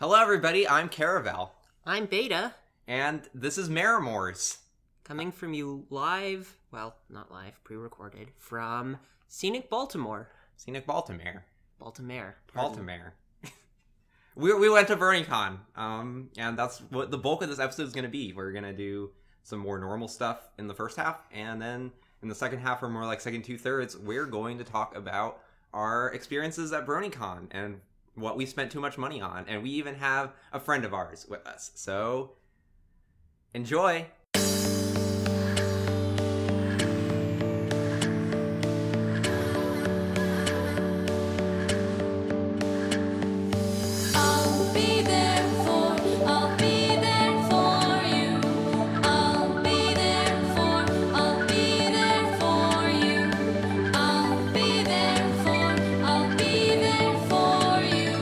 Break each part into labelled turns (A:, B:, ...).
A: Hello, everybody. I'm Caraval,
B: I'm Beta,
A: and this is Marimores.
B: coming from you live, well, not live, pre recorded, from scenic Baltimore.
A: Scenic Baltimore.
B: Baltimore. pardon.
A: Baltimore. we, we went to VernieCon, um, and that's what the bulk of this episode is going to be. We're going to do some more normal stuff in the first half, and then in the second half, or more like second two thirds, we're going to talk about our experiences at VernieCon and what we spent too much money on. And we even have a friend of ours with us. So enjoy.
C: I'll be there for, I'll be there for you. I'll be there for, I'll be there for you. I'll be there for, I'll be there for you.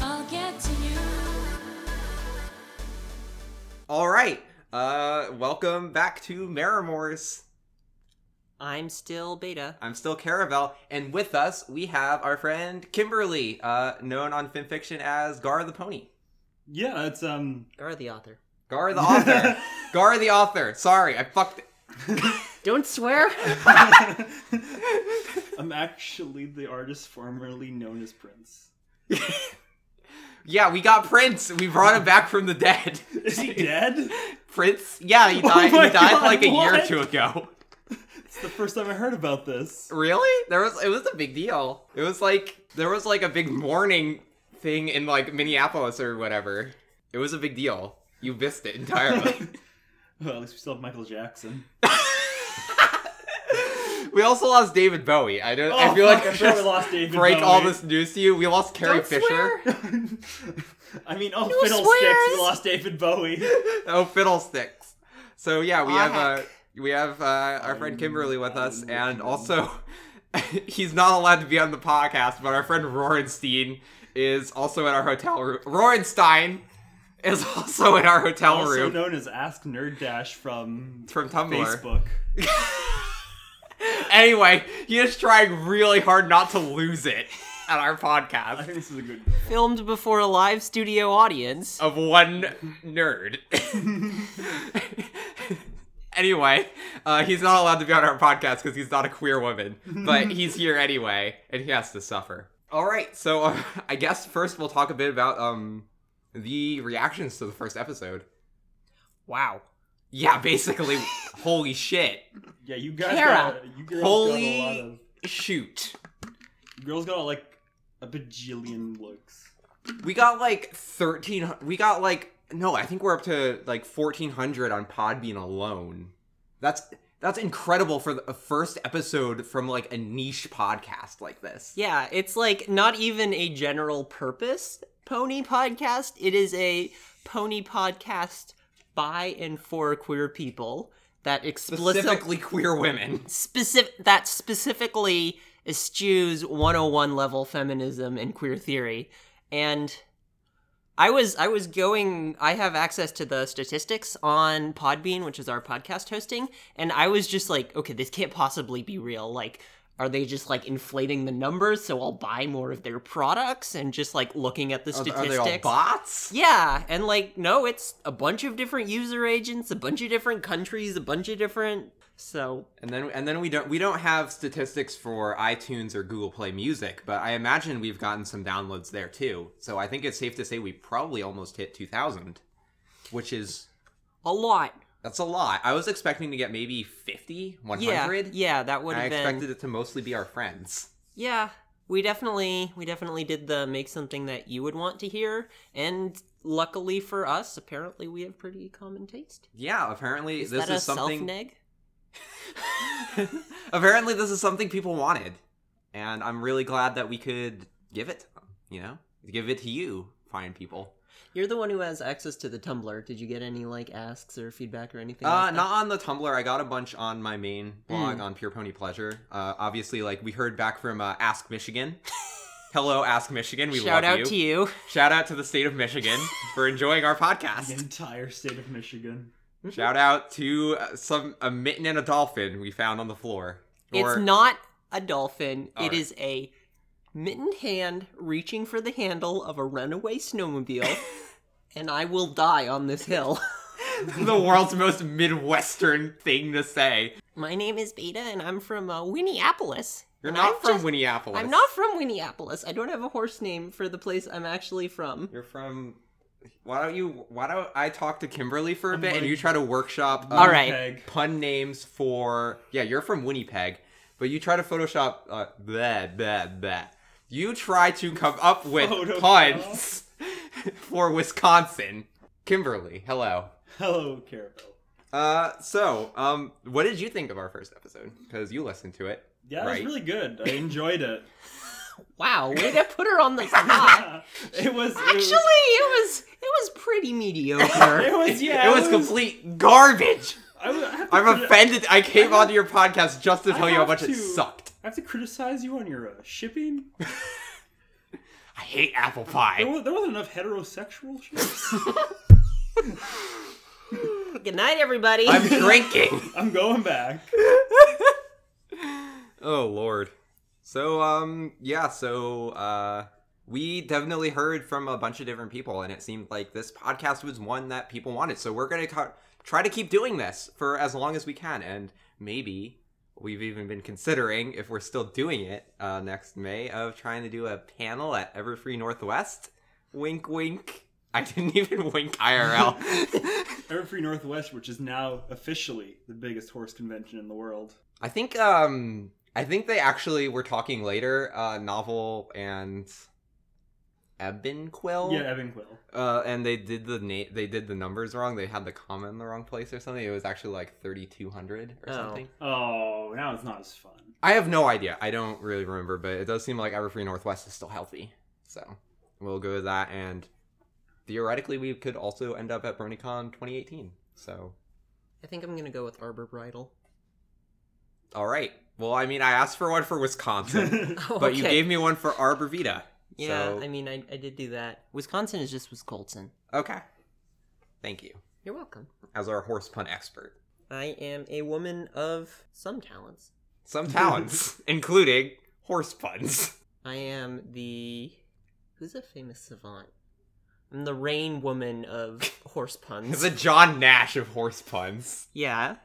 C: I'll get to you.
A: All right. Uh, welcome back to Marimores.
B: I'm still Beta.
A: I'm still Caravel, and with us we have our friend Kimberly, uh, known on fanfiction as Gar the Pony.
D: Yeah, it's um.
B: Gar the author.
A: Gar the author. Gar the author. Sorry, I fucked. It.
B: Don't swear!
D: I'm actually the artist formerly known as Prince.
A: Yeah, we got Prince. We brought him back from the dead.
D: Is he dead?
A: Prince? Yeah, he died.
D: Oh my
A: he died
D: God,
A: like a year or
D: what?
A: two ago.
D: It's the first time I heard about this.
A: Really? There was. It was a big deal. It was like there was like a big mourning thing in like Minneapolis or whatever. It was a big deal. You missed it entirely.
D: Well, at least we still have Michael Jackson.
A: We also lost David Bowie. I don't. I
D: Oh,
A: feel
D: fuck,
A: like I
D: I totally
A: just
D: lost David
A: break all
D: Bowie.
A: this news to you. We lost Carrie
B: Don't
A: Fisher.
B: swear!
D: I mean, oh fiddlesticks,
B: swears?
D: we lost David Bowie.
A: Oh, fiddlesticks! So yeah, we
B: Aw,
A: have uh,
B: heck.
A: we have uh, our friend
D: I'm-
A: Kimberly with us,
B: Um,
D: I'm
A: and
D: looking.
A: also he's not allowed to be on the podcast, but our friend Rorenstein is also at our hotel room. Rorenstein is also in our hotel
D: Also
A: room
D: known as Ask Nerd Dash from
A: from Tumblr.
D: Facebook.
A: Anyway, he is trying really hard not to lose it at our
D: I
A: podcast
D: think this is a good.
B: Filmed before a live studio audience.
A: of one nerd. anyway, uh, he's not allowed to be on our podcast because he's not a queer woman, but he's here anyway, and he has to suffer. All right, so uh, I guess first we'll talk a bit about um the reactions to the first episode.
B: Wow.
A: Yeah, basically, holy shit,
D: Yeah, you guys.
B: Kara.
D: Got, you girls
A: Holy-
D: got a lot of.
A: shoot.
D: you girls got like a bajillion looks.
A: We got like thirteen. We got like no, I think we're up to like fourteen hundred on Podbean alone. That's that's incredible for the a first episode from like a niche podcast like this.
B: Yeah, it's like not even a general purpose pony podcast. It is a pony podcast by and for queer people that explicitly
A: Specifically, queer women.
B: specific that specifically eschews 101 level feminism and queer theory and i was i was going i have access to the statistics on podbean which is our podcast hosting and i was just like okay this can't possibly be real like are they just like inflating the numbers so i'll buy more of their products and just like looking at the
A: Are,
B: statistics
A: are they all bots?
B: yeah, and like no, it's a bunch of different user agents, a bunch of different countries, a bunch of different so
A: And then and then we don't we don't have statistics for iTunes or Google Play Music, but I imagine we've gotten some downloads there too. So I think it's safe to say we probably almost hit two thousand, which is
B: a lot.
A: that's a lot. I was expecting to get maybe 50, 100.
B: Yeah, yeah, that would
A: I
B: have been.
A: expected it to mostly be our friends.
B: Yeah, we definitely we definitely did the make something that you would want to hear, and luckily for us, apparently we have pretty common taste.
A: Yeah, apparently
B: Is
A: this
B: that a
A: is something.
B: self-neg?
A: apparently, this is something people wanted, and I'm really glad that we could give it. To them, you know, give it to you, fine people.
B: You're the one who has access to the Tumblr. Did you get any like asks or feedback or anything?
A: Uh,
B: like that? Hmm.
A: not on the Tumblr. I got a bunch on my main blog on Pure Pony Pleasure. Uh, obviously, like we heard back from uh, Ask Michigan. Hello, Ask Michigan. We
B: Shout
A: love
B: out
A: you.
B: to you.
A: Shout out to the state of Michigan for enjoying our
D: The
A: podcast.
D: entire state of Michigan.
A: Shout out to uh, some a mitten and a dolphin we found on the floor.
B: It's
A: Or-
B: not a dolphin.
A: All
B: It
A: right.
B: is a mittened hand reaching for the handle of a runaway snowmobile, and I will die on this hill.
A: the world's most midwestern thing to say.
B: My name is Beta, and I'm from uh, Winneapolis.
A: You're
B: And
A: not
B: I'm
A: from
B: just-
A: Minneapolis.
B: I'm not from Winneapolis. I don't have a horse name for the place I'm actually from.
A: You're from. Why don't you? Why don't I talk to Kimberly for a
D: I'm
A: bit and
D: like-
A: you try to workshop? um,
D: Uh,
B: All right.
D: Winnipeg.
A: Pun names for yeah. You're from Winnipeg, but you try to Photoshop. Uh, blah blah blah. You try to come up with
D: Photoshop?
A: puns for Wisconsin. Kimberly, hello.
D: Hello, Carabel.
A: Uh, so, um, what did you think of our first episode? Because you listened to it.
D: Yeah, it
A: Right.
D: was really good. I enjoyed it.
B: Wow, way to put her on the spot.
A: Ah.
D: it was it
B: Actually,
D: was-
B: it was it was pretty mediocre.
D: It was yeah.
A: it was, complete garbage.
D: I was- I have to
A: I'm
D: criti-
A: offended. I came
D: I have-
A: onto your podcast just to
D: I
A: tell you how
D: have
A: much it
D: to-
A: sucked.
D: I have to criticize you on your uh, shipping.
A: I hate apple
D: There,
A: pie.
D: was, there wasn't enough heterosexual ships.
B: Good night, everybody.
A: I'm drinking.
D: I'm going back.
A: Oh lord. So um yeah, so uh we definitely heard from a bunch of different people and it seemed like this podcast was one that people wanted. So we're going to co- try to keep doing this for as long as we can and maybe we've even been considering if we're still doing it uh next May of trying to do a panel at Everfree Northwest. Wink wink. I didn't even wink IRL.
D: Everfree Northwest, which is now officially the biggest horse convention in the world.
A: I think um I think they actually were talking later, uh novel and Ebbenquill.
D: Yeah, Evan Quill.
A: Uh and they did the na- they did the numbers wrong. They had the comma in the wrong place or something. It was actually like 3200 or
B: Oh.
A: something.
D: Oh, now it's not as fun.
A: I have no idea. I don't really remember, but it does seem like Everfree Northwest is still healthy. So, we'll go with that and theoretically we could also end up at BronyCon 2018. So,
B: I think I'm gonna go with Arbor Bridal.
A: all right. Well, I mean, I asked for one for Wisconsin,
B: Oh,
A: but you
B: okay.
A: gave me one for Arbor Vita.
B: Yeah,
A: so-
B: I mean, I, I did do that. Wisconsin is just Wisconsin.
A: Okay. Thank you.
B: You're welcome.
A: As our horse pun expert.
B: I am a woman of some talents.
A: Some talents, including horse puns.
B: I am the who's a famous savant. I'm the rain woman of horse
A: It's
B: puns.
A: a John Nash of horse puns.
B: yeah,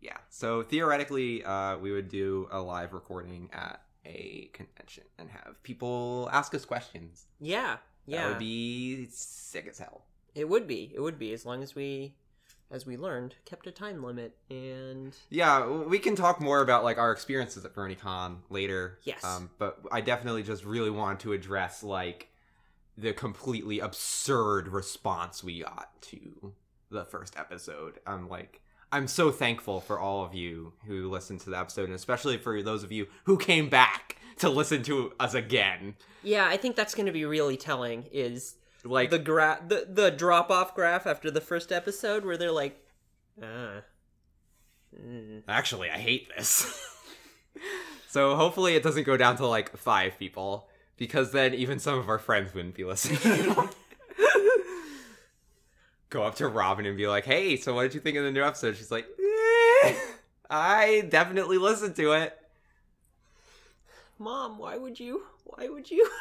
A: yeah. So theoretically, uh, we would do a live recording at a convention and have people ask us questions.
B: yeah, yeah.
A: That would be sick as hell.
B: It would be. It would be as long as we, as we learned, kept a time limit and
A: Yeah, we can talk more about like our experiences at BronyCon later.
B: Yes.
A: Um, but I definitely just really want to address like the completely absurd response we got to the first episode. I'm like I'm so thankful for all of you who listened to the episode and especially for those of you who came back to listen to us again.
B: yeah. I think that's going to be really telling. Is
A: Like
B: the graph the the drop off graph after the first episode where they're like, ah, mm,
A: Actually, I hate this. so hopefully it doesn't go down to like five people because then even some of our friends wouldn't be listening. go up to Robin and be like, "Hey, so what did you think of the new episode?" She's like, "Eh, "I definitely listened to it.
B: mom, why would you? Why would you?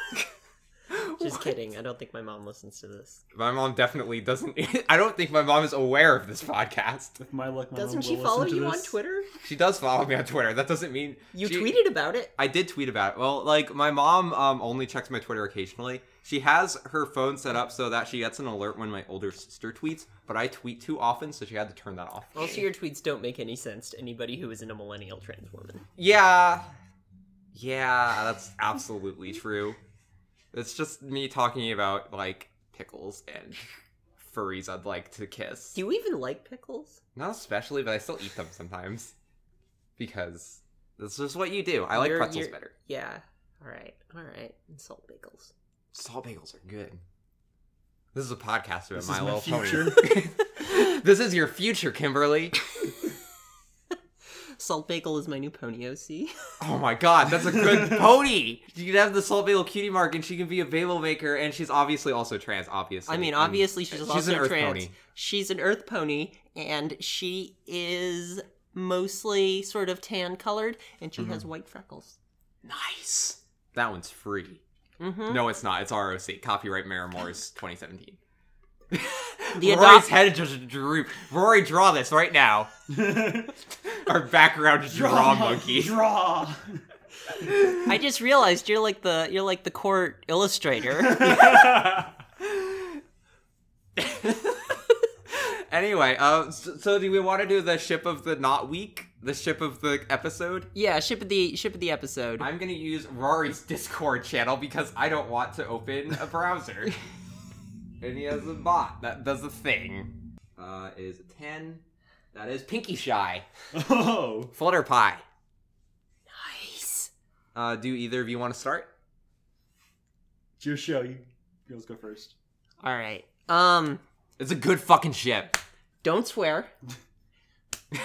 B: Just
A: What?
B: kidding. I don't think my mom listens to this.
A: My mom definitely doesn't. I don't think my mom is aware of this podcast.
D: With my luck, my
B: Doesn't
D: mom
B: she
D: will
B: follow
D: listen to
B: you on
D: this.
B: Twitter?
A: She does follow me on Twitter. That doesn't mean
B: You
A: she-
B: tweeted about it.
A: I did tweet about it. Well, like my mom um, only checks my Twitter occasionally. She has her phone set up so that she gets an alert when my older sister tweets, but I tweet too often, so she had to turn that off.
B: Also, your tweets don't make any sense to anybody who isn't a millennial trans woman.
A: Yeah, yeah, that's absolutely true. It's just me talking about like pickles and furries I'd like to kiss.
B: Do you even like pickles?
A: Not especially, but I still eat them sometimes because that's just what you do. I like
B: You're-
A: pretzels
B: you're-
A: better.
B: Yeah. All right. All right. Salt pickles.
A: Salt bagels are good. This is a podcast about
D: This
A: my
D: is my
A: little pony.
D: future.
A: this is your future, Kimberly.
B: Salt Bagel is my new pony OC.
A: Oh my god, that's a good pony. You can have the salt bagel cutie mark, and she can be a bagel maker, and she's obviously also trans. Obviously,
B: I mean,
A: And
B: obviously she's,
A: she's
B: also
A: an Earth
B: trans.
A: pony.
B: She's an Earth pony, and she is mostly sort of tan colored, and she
A: Mm-hmm.
B: has white freckles.
A: Nice. That one's free.
B: Mm-hmm.
A: No, it's not. It's ROC. Copyright Maramore's 2017.
B: The
A: Rory's
B: adopt-
A: head just drooped. Rory, draw this right now. Our background draw monkey.
D: Draw.
B: I just realized you're like the you're like the court illustrator.
A: Anyway, uh, so, so do we want to do the ship of the not week? The ship of the episode?
B: yeah, ship of the ship of the episode.
A: I'm gonna use Rory's Discord channel because I don't want to open a browser. and he has a bot that does a thing. Uh, it is a 10. That is Pinky Shy.
D: oh.
A: Flutter Pie.
B: Nice.
A: Uh, do either of you want to start?
D: It's your show. You girls go first.
B: All right. Um,
A: It's a good fucking ship.
B: don't swear.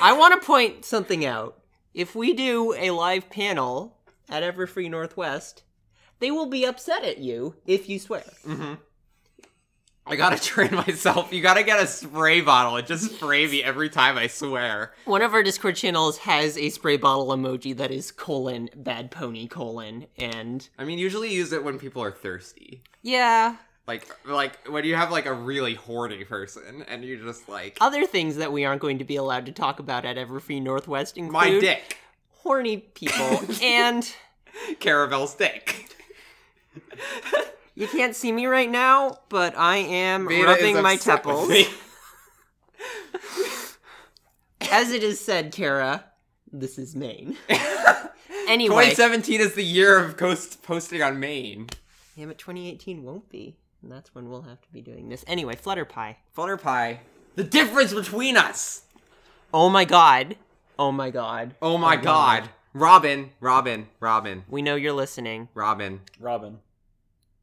B: I want to point something out. If we do a live panel at Everfree Northwest, they will be upset at you if you swear.
A: I gotta train myself. You gotta get a spray bottle and just spray me every time I swear.
B: One of our Discord channels has a spray bottle emoji that is colon bad pony colon and
A: I mean, usually use it when people are thirsty.
B: yeah,
A: Like, like when you have like a really horny person and you're just like,
B: other things that we aren't going to be allowed to talk about at Everfree Northwest include
A: my dick,
B: horny people and
A: Caravel's dick.
B: you can't see me right now, but I am
A: Beta
B: rubbing
A: is
B: my
A: upset with
B: temples.
A: me.
B: As it is said, Kara, this is Maine. anyway,
A: 2017 is the year of coast posting on Maine.
B: damn it, 2018 won't be, and that's when we'll have to be doing this. Anyway, Flutterpie.
A: Flutterpie. The difference between us.
B: Oh my god. Oh my god.
A: Oh my god. Robin, Robin, Robin,
B: We know you're listening.
A: Robin,
D: Robin.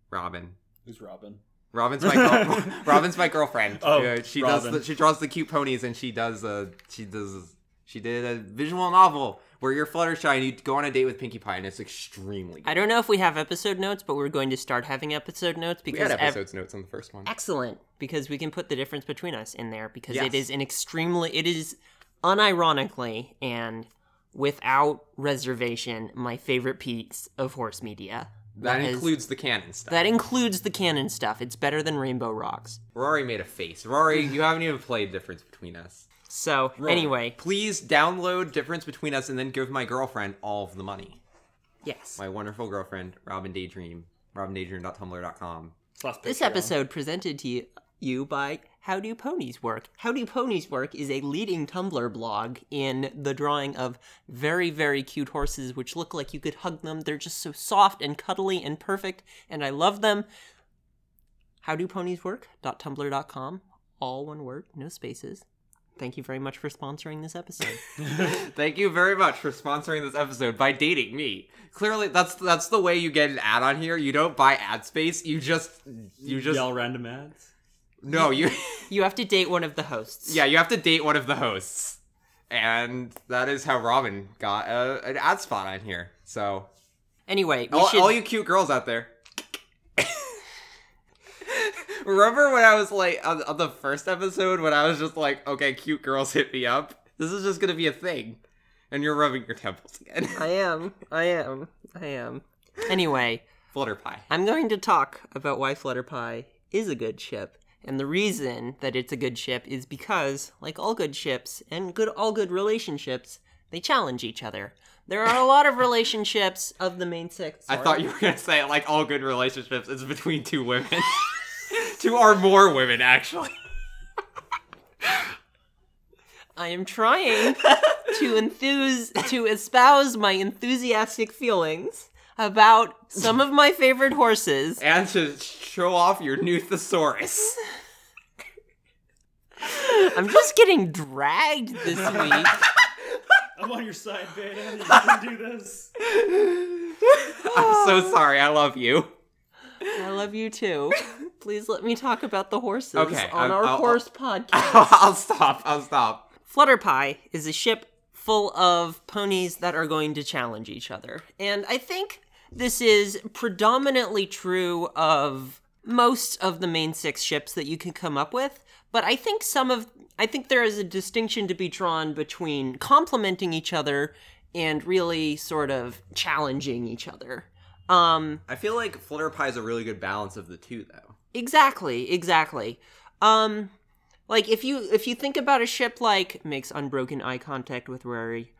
A: Robin.
D: Who's Robin?
A: Robin's my girl- Robin's my girlfriend.
D: Oh,
A: Uh, she
D: Robin.
A: does. The, she draws the cute ponies, and she does. Uh, she does. She did a visual novel where you're Fluttershy and you go on a date with Pinkie Pie, and it's extremely.
B: I
A: Good.
B: don't know if we have episode notes, but we're going to start having episode notes
A: We
B: because
A: had
B: ev-
A: episodes notes on the first one.
B: excellent because we can put the difference between us in there because it
A: Yes.
B: is an extremely it is unironically and without reservation my favorite piece of horse media.
A: That
B: is-
A: includes the canon stuff.
B: That includes the canon stuff. It's better than Rainbow Rocks.
A: Rory made a face. Rory, you haven't even played Difference Between Us.
B: So anyway,
A: Please download Difference Between Us and then give my girlfriend all of the money.
B: yes.
A: My wonderful girlfriend, Robin Daydream, robindaydream.tumblr.com.
B: This episode presented to you, you by How Do Ponies Work? How Do Ponies Work is a leading Tumblr blog in the drawing of very, very cute horses which look like you could hug them. They're just so soft and cuddly and perfect, and I love them. Howdoponieswork.tumblr.com, all one word, no spaces. Thank you very much for sponsoring this episode.
A: Thank you very much for sponsoring this episode by dating me. Clearly, that's that's the way you get an ad on here. You don't buy ad space. You just you just
D: yell random ads.
A: no you
B: you have to date one of the hosts.
A: yeah you have to date one of the hosts, and that is how Robin got a, an ad spot on here. So
B: Anyway, we
A: all,
B: should...
A: all you cute girls out there. Remember when I was like on, on the first episode when I was just like, okay, cute girls hit me up. This is just gonna be a thing, and you're rubbing your temples again.
B: I am. I am. I am. Anyway.
A: Flutterpie.
B: I'm going to talk about why Flutterpie is a good ship. And the reason that it's a good ship is because, like all good ships and good all good relationships, they challenge each other. There are a lot of relationships of the main six.
A: I thought you were gonna say like all good relationships is between two women, two or more women actually.
B: I am trying to enthuse to espouse my enthusiastic feelings about some of my favorite horses
A: And to show off your new thesaurus.
B: I'm just getting dragged this week.
D: I'm on your side, Beta. You can do this.
A: I'm so sorry. I love you.
B: I love you too. Please let me talk about the horses
A: Okay,
B: on
A: I'll-
B: our
A: I'll-
B: horse podcast.
A: I'll stop. I'll stop.
B: Flutterpie is a ship full of ponies that are going to challenge each other. And I think this is predominantly true of most of the main six ships that you can come up with, but I think some of I think there is a distinction to be drawn between complementing each other and really sort of challenging each other. Um
A: I feel like Flutterpie is a really good balance of the two, though.
B: Exactly, exactly. Um like if you if you think about a ship like makes unbroken eye contact with Rary.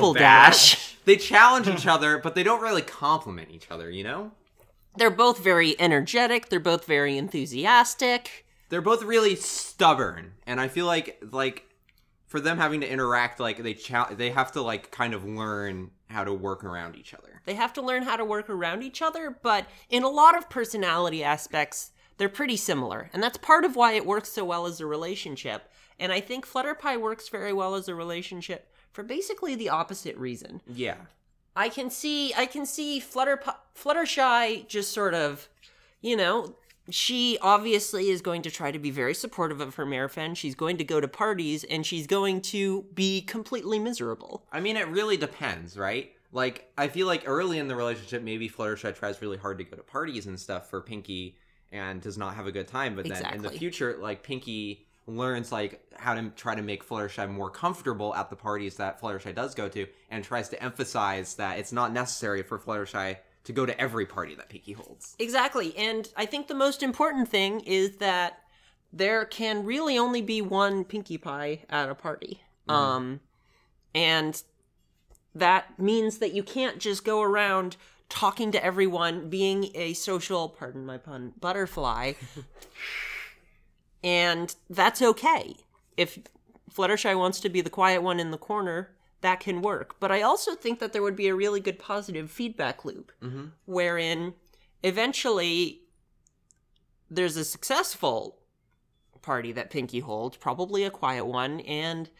B: Appledash.
A: They challenge each other, but they don't really compliment each other, you know?
B: They're both very energetic, they're both very enthusiastic.
A: They're both really stubborn, and I feel like like for them having to interact like they cha- they have to like kind of learn how to work around each other.
B: They have to learn how to work around each other, but in a lot of personality aspects, they're pretty similar. And that's part of why it works so well as a relationship. And I think Flutterpie works very well as a relationship for basically the opposite reason.
A: Yeah.
B: I can see I can see Flutter Fluttershy just sort of, you know, she obviously is going to try to be very supportive of her Marifan. She's going to go to parties and she's going to be completely miserable.
A: I mean, it really depends, right? Like, I feel like early in the relationship, maybe Fluttershy tries really hard to go to parties and stuff for Pinky and does not have a good time. But then in the
B: Exactly.
A: future, like, Pinky learns, like, how to try to make Fluttershy more comfortable at the parties that Fluttershy does go to and tries to emphasize that it's not necessary for Fluttershy to go to every party that Pinky holds.
B: Exactly. And I think the most important thing is that there can really only be one Pinkie Pie at a party. Um and that means that you can't just go around talking to everyone being a social pardon my pun butterfly and that's okay if fluttershy wants to be the quiet one in the corner that can work but i also think that there would be a really good positive feedback loop wherein eventually there's a successful party that Pinky holds, probably a quiet one, and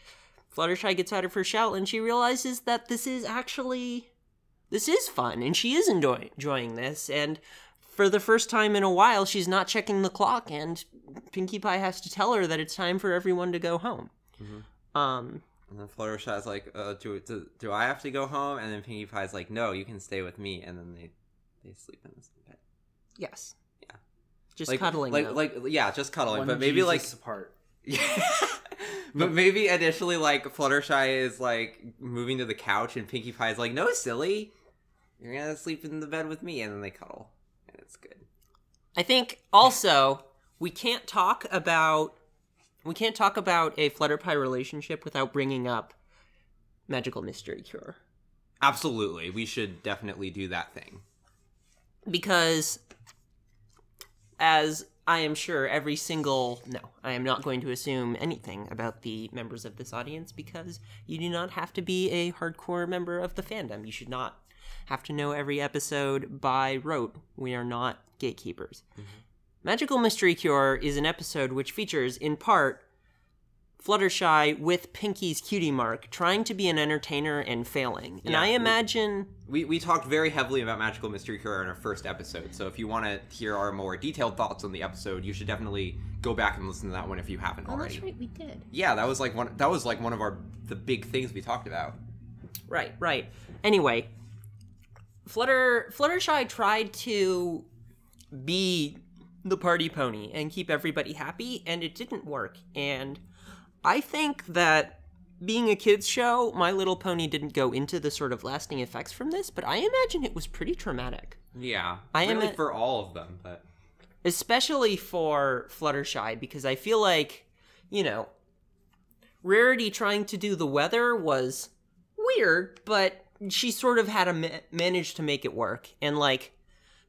B: Fluttershy gets out of her shell and she realizes that this is actually this is fun and she is enjoy- enjoying this and for the first time in a while she's not checking the clock and Pinkie Pie has to tell her that it's time for everyone to go home.
A: Mm-hmm.
B: Um
A: And then Fluttershy's like, uh, do, do, do I have to go home? And then Pinkie Pie's like, no, you can stay with me. And then they, they sleep in this bed.
B: yes.
A: Yeah.
B: Just
A: like,
B: cuddling
A: like,
B: though.
A: like, yeah, just cuddling,
D: One
A: but maybe
D: Jesus
A: like
D: apart.
A: but maybe initially, like Fluttershy is like moving to the couch, and Pinkie Pie is like, "No, silly, you're gonna sleep in the bed with me," and then they cuddle, and it's good.
B: I think also we can't talk about we can't talk about a Flutterpie relationship without bringing up Magical Mystery Cure
A: Absolutely, we should definitely do that thing.
B: because as I am sure every single no, I am not going to assume anything about the members of this audience because you do not have to be a hardcore member of the fandom. You should not have to know every episode by rote. We are not gatekeepers.
A: Mm-hmm.
B: Magical Mystery Cure is an episode which features in part Fluttershy with Pinky's cutie mark trying to be an entertainer and failing. And
A: Yeah,
B: I
A: we-
B: imagine
A: We we talked very heavily about Magical Mystery Cure in our first episode, so if you want to hear our more detailed thoughts on the episode, you should definitely go back and listen to that one if you haven't
B: Oh,
A: already.
B: that's right, we did.
A: Yeah, that was like one that was like one of our the big things we talked about.
B: Right, right. Anyway, Flutter Fluttershy tried to be the party pony and keep everybody happy, and it didn't work. And I think that being a kids show, My Little Pony didn't go into the sort of lasting effects from this, but I imagine it was pretty traumatic,
A: Yeah,
B: I am
A: really
B: a-
A: for all of them, but
B: especially for Fluttershy because I feel like, you know, Rarity trying to do the weather was weird, but she sort of had a ma- managed to make it work. And like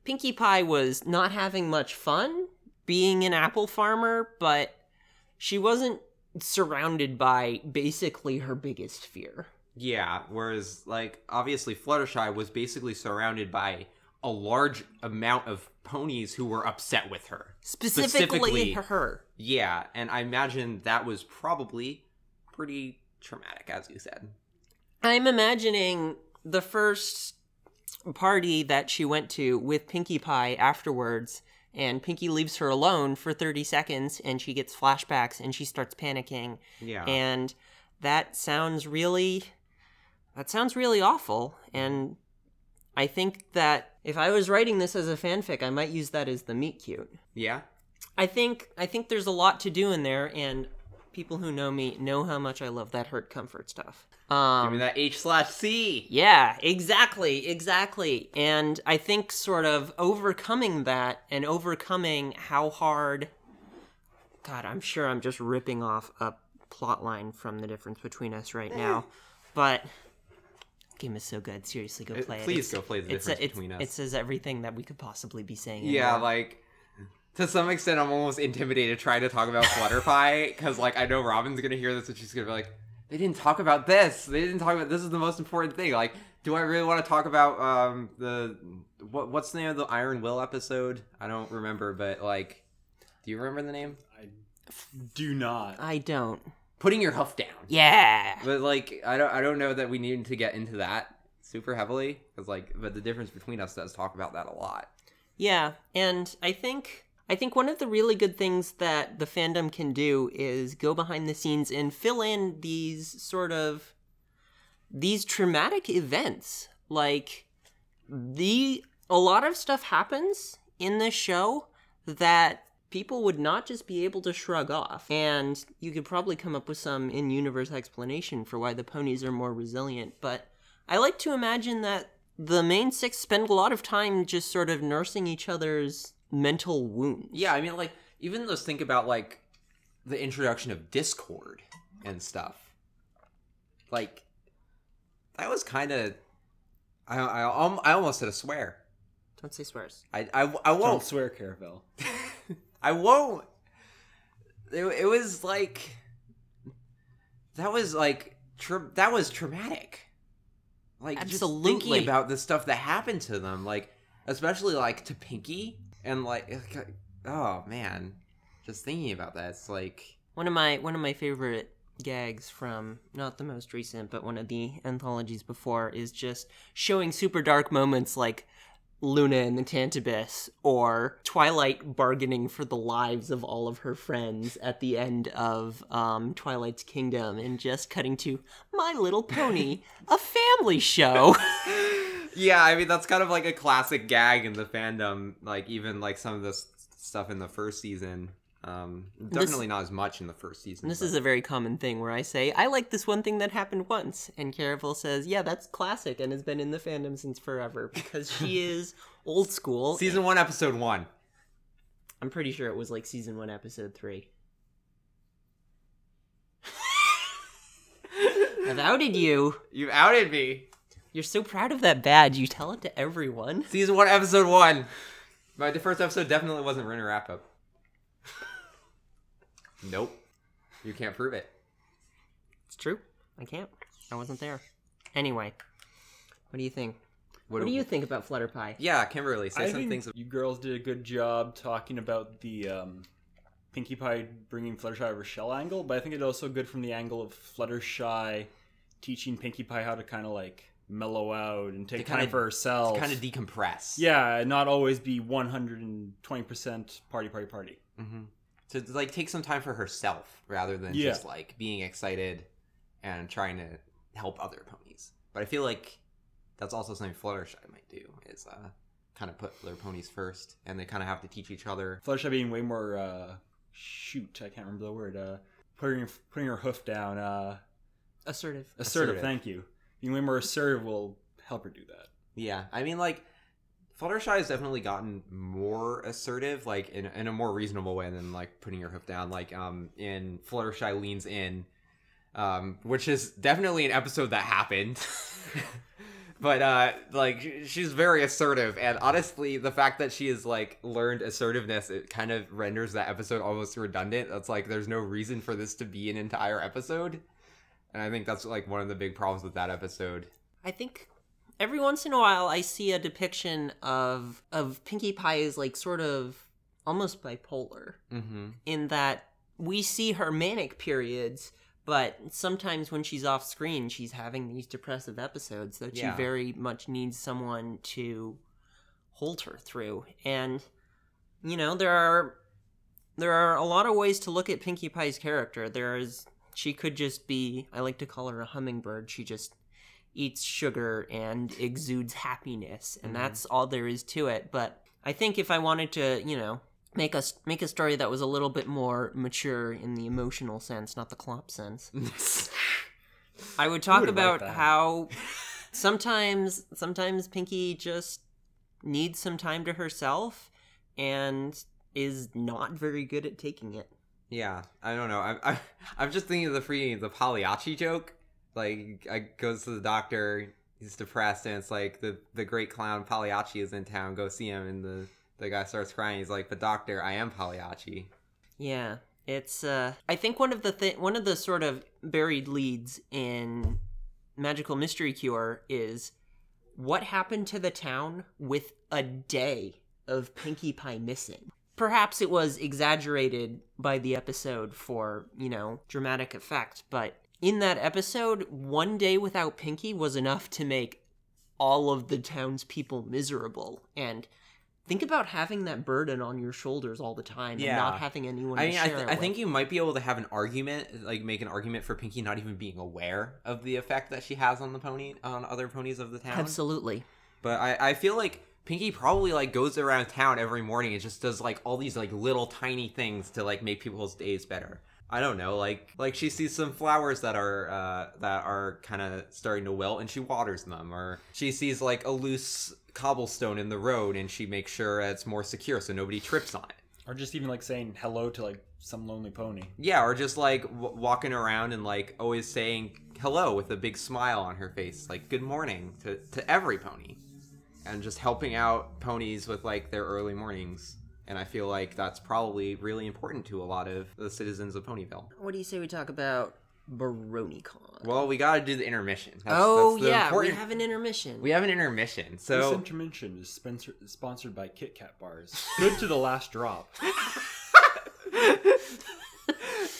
B: Pinkie Pie was not having much fun being an apple farmer, but she wasn't surrounded by basically her biggest fear.
A: Yeah, whereas like obviously Fluttershy was basically surrounded by a large amount of ponies who were upset with her.
B: Specifically,
A: Specifically.
B: her.
A: Yeah, and I imagine that was probably pretty traumatic as you said.
B: I'm imagining the first party that she went to with Pinkie Pie afterwards, and Pinkie leaves her alone for 30 seconds, and she gets flashbacks and she starts panicking.
A: Yeah.
B: And that sounds really that sounds really awful. And I think that if I was writing this as a fanfic, I might use that as the meet cute.
A: Yeah.
B: I think I think there's a lot to do in there, and people who know me know how much I love that hurt comfort stuff. Um,
A: Give me that H slash C.
B: yeah, exactly, exactly. And I think sort of overcoming that and overcoming how hard God, I'm sure I'm just ripping off a plot line from the difference between us right
A: Eh.
B: now. But game is so good. Seriously, go
A: Uh,
B: play it.
A: please
B: It's-
A: go play The
B: it's a-
A: Difference
B: it's-
A: Between Us.
B: It says everything that we could possibly be saying. in
A: Yeah,
B: one.
A: like to some extent, I'm almost intimidated trying to talk about Flutterpie because, like, I know Robin's gonna hear this and she's gonna be like, "They didn't talk about this. They didn't talk about this. Is the most important thing. Like, do I really want to talk about um the what what's the name of the Iron Will episode? I don't remember, but like, do you remember the name?
D: I do not.
B: I don't.
A: Putting your huff down.
B: Yeah.
A: But like, I don't I don't know that we need to get into that super heavily because like, but the difference between us does talk about that a lot.
B: Yeah, and I think I think one of the really good things that the fandom can do is go behind the scenes and fill in these sort of these traumatic events. Like the a lot of stuff happens in this show that people would not just be able to shrug off. And you could probably come up with some in-universe explanation for why the ponies are more resilient, but I like to imagine that the main six spend a lot of time just sort of nursing each other's mental wounds.
A: Yeah, I mean, like even those think about like the introduction of Discord and stuff. Like that was kind of I I al- I almost said a swear.
B: Don't say swears.
A: I I, I
D: Don't
A: won't.
D: swear, Caravel.
A: I won't. It, it was like that was like tra- that was traumatic. Like just
B: Absolutely.
A: thinking about the stuff that happened to them, like especially like to Pinky and like oh man, just thinking about that, it's like.
B: One of my one of my favorite gags from not the most recent, but one of the anthologies before is just showing super dark moments like Luna and the Tantabus or Twilight bargaining for the lives of all of her friends at the end of um, Twilight's Kingdom and just cutting to My Little Pony, a family show.
A: yeah, I mean that's kind of like a classic gag in the fandom. Like even like some of this stuff in the first season. Um, definitely not as much in the first season.
B: This
A: but-
B: is a very common thing where I say, I like this one thing that happened once. And Caravel says, Yeah, that's classic and has been in the fandom since forever because she is old school.
A: season one, episode one.
B: I'm pretty sure it was like season one, episode three. I've outed you.
A: You outed me.
B: You're so proud of that badge. You tell it to everyone.
A: Season one, episode one. But the first episode definitely wasn't Rin wrap up. nope. You can't prove it.
B: It's true. I can't. I wasn't there. Anyway, what do you think? What,
A: do-
B: do you think about Flutterpie?
A: Yeah, Kimberly, say
D: I
A: some
D: think
A: things.
D: you girls did a good job talking about the um, Pinkie Pie bringing Fluttershy over Shell angle, but I think it's also good from the angle of Fluttershy teaching Pinkie Pie how to kind of like mellow out and
A: To
D: take time
A: kinda-
D: for herself.
A: Kind of decompress.
D: yeah, and not always be 120% party, party, party.
A: Mm-hmm. To like take some time for herself rather than
D: Yeah.
A: just like being excited and trying to help other ponies. But I feel like that's also something Fluttershy might do is uh, kind of put their ponies first, and they kind of have to teach each other.
D: Fluttershy being way more, uh, shoot, I can't remember the word, uh, putting, putting her hoof down, uh,
B: Assertive.
A: Assertive.
D: assertive, thank you. Being way more assertive will help her do that.
A: Yeah, I mean like Fluttershy has definitely gotten more assertive, like in, in a more reasonable way than like putting your hoof down. Like um, in Fluttershy leans in, um, which is definitely an episode that happened. but uh, like sh- she's very assertive, and honestly, the fact that she has like learned assertiveness, it kind of renders that episode almost redundant. That's like there's no reason for this to be an entire episode, and I think that's like one of the big problems with that episode.
B: I think every once in a while I see a depiction of of Pinkie Pie as like sort of almost bipolar
A: Mm-hmm.
B: in that we see her manic periods, but sometimes when she's off screen, she's having these depressive episodes that
A: Yeah.
B: she very much needs someone to hold her through. And you know, there are there are a lot of ways to look at Pinkie Pie's character. There is she could just be I like to call her a hummingbird. She just eats sugar and exudes happiness, and that's all there is to it. But I think if I wanted to, you know, make us make a story that was a little bit more mature in the emotional sense, not the clomp sense, I would talk
D: would like
B: about
D: that.
B: how sometimes sometimes Pinky just needs some time to herself and is not very good at taking it.
A: Yeah, I don't know. I, I I'm just thinking of the free the Pagliacci joke. Like, I goes to the doctor. He's depressed, and it's like the the great clown Pagliacci is in town. Go see him, and the the guy starts crying. He's like, "But doctor, I am Pagliacci."
B: Yeah, it's uh I think one of the th- one of the sort of buried leads in Magical Mystery Cure is what happened to the town with a day of Pinkie Pie missing. Perhaps it was exaggerated by the episode for, you know, dramatic effect, but in that episode, one day without Pinkie was enough to make all of the townspeople miserable. And think about having that burden on your shoulders all the time
A: Yeah.
B: and not having anyone
A: I
B: to
A: mean,
B: share
A: I, th-
B: it
A: I
B: with.
A: think you might be able to have an argument, like make an argument for Pinky not even being aware of the effect that she has on the pony, on other ponies of the town.
B: Absolutely.
A: But I, I feel like Pinky probably like goes around town every morning and just does like all these like little tiny things to like make people's days better. I don't know, like like she sees some flowers that are uh, that are kind of starting to wilt and she waters them, or she sees like a loose cobblestone in the road and she makes sure it's more secure so nobody trips on it.
D: Or just even like saying hello to like some lonely pony.
A: Yeah, or just like w- walking around and like always saying hello with a big smile on her face, like good morning to, to every pony. And just helping out ponies with like their early mornings. And I feel like that's probably really important to a lot of the citizens of Ponyville.
B: What do you say we talk about BaroniCon?
A: Well, we gotta do the intermission. That's,
B: oh
A: that's the
B: yeah,
A: important-
B: we have an intermission.
A: we have an intermission.
D: This
A: So
D: intermission is sponsor- sponsored by Kit Kat bars. Good to the last drop.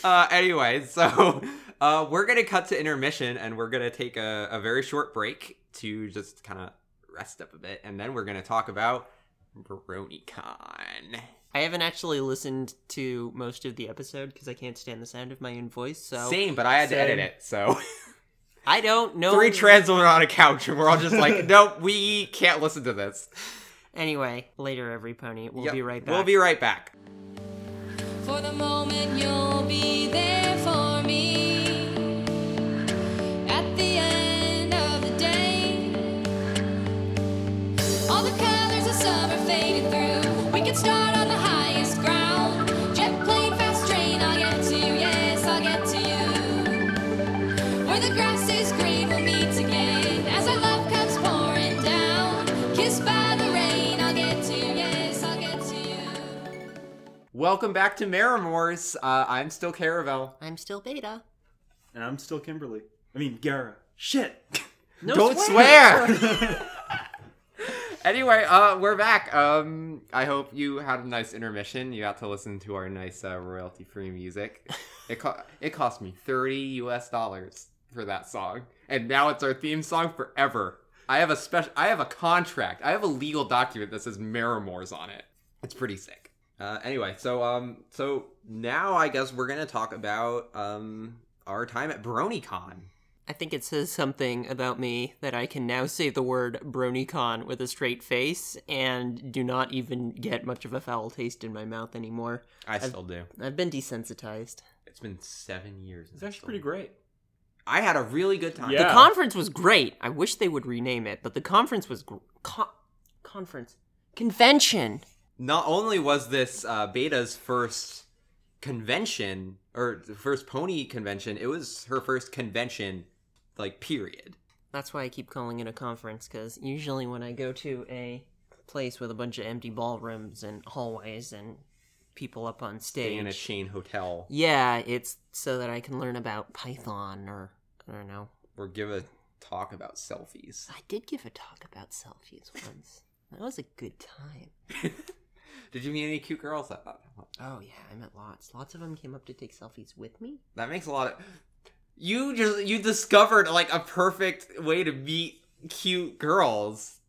A: uh, anyway, so uh, we're gonna cut to intermission and we're gonna take a, a very short break to just kind of rest up a bit, and then we're gonna talk about BaroniCon.
B: I haven't actually listened to most of the episode because I can't stand the sound of my own voice. So
A: Same, but I had to
D: Same.
A: edit it, so
B: I don't know.
A: three trans women on a couch, and we're all just like, nope, we can't listen to this.
B: anyway, later, every pony. We'll
A: Yep,
B: be right back.
A: We'll be right back.
C: For the moment you'll be there for me. At the end of the day, all the colors of summer faded through. We can start on the highest ground. Jet plane, fast train, I'll get to you. Yes, I'll get to you. Where the grass is green, we'll meet again. As our love comes pouring down, kissed by the rain, I'll get to you. Yes, I'll get to you.
A: Welcome back to Marimores. Uh, I'm still Caravel.
B: I'm still beta.
D: And I'm still Kimberly. I mean, Gara. Shit!
B: No
A: Don't swear. anyway, uh, we're back. Um, I hope you had a nice intermission. You got to listen to our nice uh, royalty-free music. It co- it cost me thirty U.S. dollars for that song, and now it's our theme song forever. I have a special. I have a contract. I have a legal document that says Marimores on it. It's pretty sick. Uh, anyway, so um, so now I guess we're gonna talk about um our time at BronyCon.
B: I think it says something about me that I can now say the word BronyCon with a straight face and do not even get much of a foul taste in my mouth anymore.
A: I still do.
B: I've been desensitized.
A: It's been seven years.
D: It's actually pretty great.
A: I had a really good time.
D: Yeah.
B: The conference was great. I wish they would rename it, but the conference was gr- con- conference convention.
A: Not only was this uh, Beta's first convention or the first pony convention, it was her first convention, like period.
B: That's why I keep calling it a conference because usually when I go to a place with a bunch of empty ballrooms and hallways and people up on
A: Staying in a
B: stage,
A: chain hotel
B: yeah, it's so that I can learn about Python or I don't know.
A: or give a talk about selfies.
B: I did give a talk about selfies once. That was a good time.
A: Did you meet any cute girls at that?
B: Oh yeah, I met lots. Lots of them came up to take selfies with me.
A: That makes a lot of. You just you discovered like a perfect way to meet cute girls.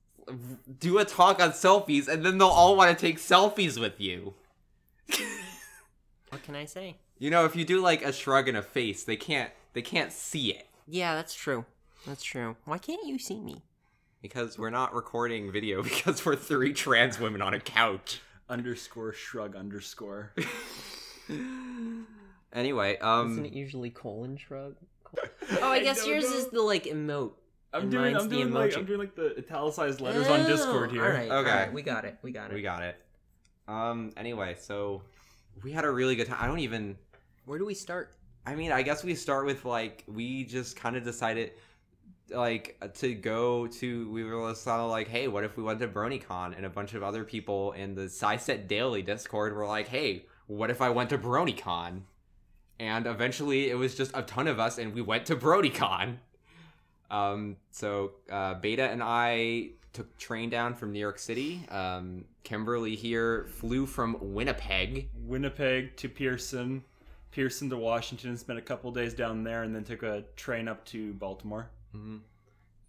A: Do a talk on selfies, and then they'll all want to take selfies with you.
B: What can I say?
A: You know, if you do like a shrug and a face, they can't they can't see it.
B: Yeah, that's true. That's true. Why can't you see me?
A: Because we're not recording video because we're three trans women on a couch.
D: Underscore shrug underscore.
A: Anyway, um,
B: Isn't it usually colon shrug? Oh, I guess
D: don't
B: yours
D: know.
B: is the like emote.
D: I'm
B: And
D: doing,
B: mine's
D: I'm
B: the
D: doing like,
B: emoji.
D: I'm doing like the italicized letters on Discord here.
B: Oh, All right, all
A: Okay.
B: right, we got it. We got it.
A: we got it. Um, anyway, so we had a really good time. I don't even.
B: Where do we start?
A: I mean, I guess we start with like we just kind of decided like to go to we were just all like hey what if we went to BronyCon and a bunch of other people in the SciSet Daily Discord were like hey what if I went to BronyCon and eventually it was just a ton of us and we went to BronyCon um so uh Beta and I took train down from New York City um Kimberly here flew from Winnipeg
D: Winnipeg to Pearson, Pearson to Washington, spent a couple days down there, and then took a train up to Baltimore.
A: Mhm.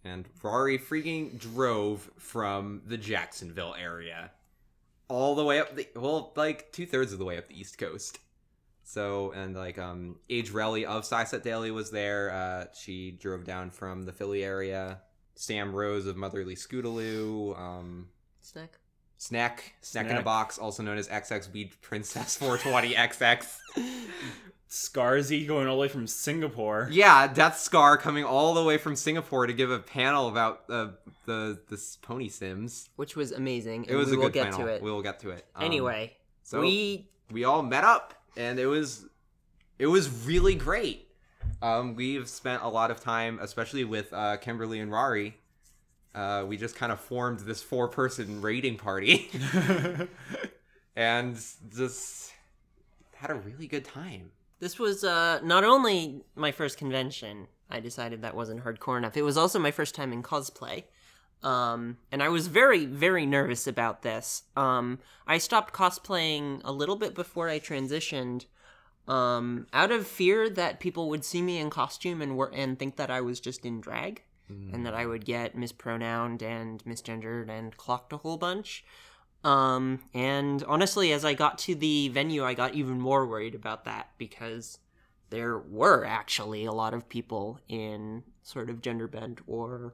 A: And Rari freaking drove from the Jacksonville area all the way up the well, like two thirds of the way up the East Coast. So and like um Age Relly of Syset Daily was there. Uh she drove down from the Philly area. Sam Rose of Motherly Scootaloo, um
B: Snack.
A: Snack, Snack, in a
D: Snack.
A: Box, also known as XX Weed Princess 420XX.
D: Scarzy going all the way from Singapore.
A: Yeah, Death Scar coming all the way from Singapore to give a panel about uh, the the s- Pony Sims.
B: Which was amazing.
A: It was
B: we
A: a
B: will
A: good
B: get
A: panel.
B: to it.
A: We will get to it. Um,
B: anyway,
A: so
B: we
A: we all met up, and it was it was really great. Um, we've spent a lot of time, especially with uh, Kimberly and Rari. Uh, we just kind of formed this four person raiding party, and just had a really good time.
B: This was uh, not only my first convention, I decided that wasn't hardcore enough. It was also my first time in cosplay. Um, and I was very, very nervous about this. Um, I stopped cosplaying a little bit before I transitioned um, out of fear that people would see me in costume and, were, and think that I was just in drag and
A: Hmm.
B: that I would get mispronounced and misgendered and clocked a whole bunch. Um, and honestly, as I got to the venue, I got even more worried about that because there were actually a lot of people in sort of gender bent or,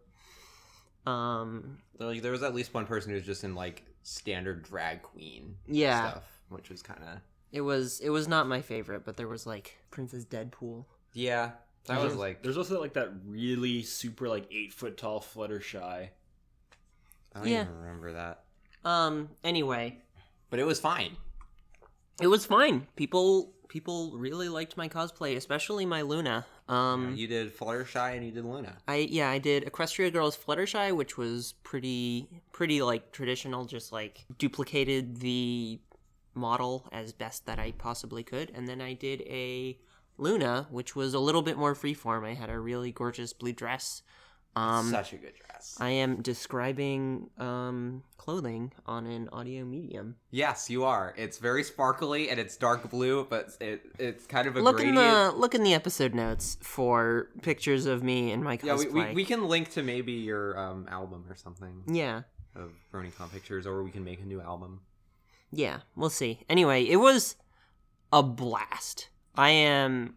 B: um,
A: Like there was at least one person who was just in like standard drag queen
B: Yeah.
A: stuff, which was kind of
B: it was it was not my favorite, but there was like Princess Deadpool.
A: yeah. That
D: There's
A: was
D: also-
A: like
D: There's also like that really super like eight foot tall Fluttershy.
A: I don't
B: Yeah.
A: even remember that,
B: Um, anyway,
A: but it was fine.
B: it was fine. People people really liked my cosplay, especially my Luna.
D: Mm-hmm.
B: Um,
A: you did Fluttershy and you did Luna.
B: I yeah, I did Equestria Girls Fluttershy, which was pretty pretty like traditional, just like duplicated the model as best that I possibly could, and then I did a Luna, which was a little bit more freeform. I had a really gorgeous blue dress. Um,
A: Such a good dress.
B: I am describing um, clothing on an audio medium.
A: yes, you are. It's very sparkly and it's dark blue, but it it's kind of a
B: Look
A: gradient.
B: in the look in the episode notes for pictures of me and my cosplay.
A: yeah, we, we, we can link to maybe your um, album or something
B: yeah.
A: of BronyCon pictures, or we can make a new album.
B: yeah, we'll see. Anyway, it was a blast. I am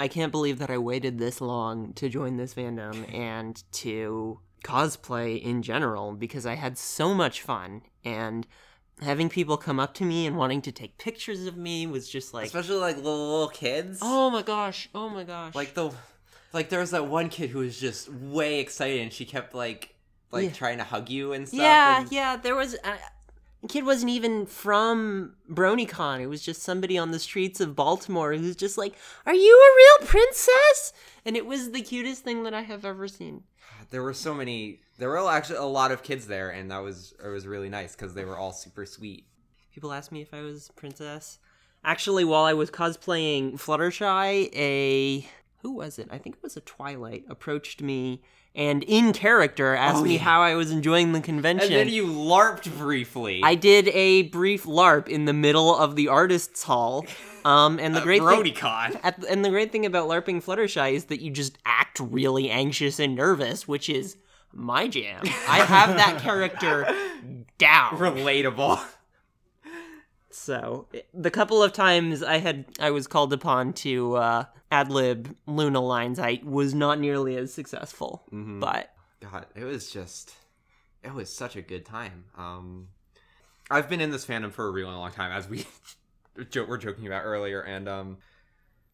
B: I can't believe that I waited this long to join this fandom and to cosplay in general because I had so much fun and having people come up to me and wanting to take pictures of me was just like
A: Especially like little, little kids.
B: Oh my gosh, oh my gosh.
A: like the like there was that one kid who was just way excited and she kept like like
B: Yeah.
A: trying to hug you and stuff
B: Yeah,
A: and
B: yeah. There was uh, the kid wasn't even from BronyCon. It was just somebody on the streets of Baltimore who's just like, "Are you a real princess?" And it was the cutest thing that I have ever seen.
A: there were so many there were actually a lot of kids there and that was it was really nice because they were all super sweet
B: People asked me if I was a princess. Actually, while I was cosplaying Fluttershy, a who was it? I think it was a Twilight approached me and in character asked
A: Oh,
B: me
A: yeah.
B: how I was enjoying the convention.
A: and then you larped briefly
B: I did a brief LARP in the middle of the artists' hall. Um,
A: Uh,
B: and the great thing-
A: BrodyCon.
B: At, and the great thing about LARPing Fluttershy is that you just act really anxious and nervous, which is my jam. I have that character down.
A: relatable
B: So eh, the couple of times I had I was called upon to uh, ad lib Luna lines, I was not nearly as successful.
A: Mhm.
B: But
A: God, it was just, it was such a good time. Um, I've been in this fandom for a really long time, as we jo- were joking about earlier, and um,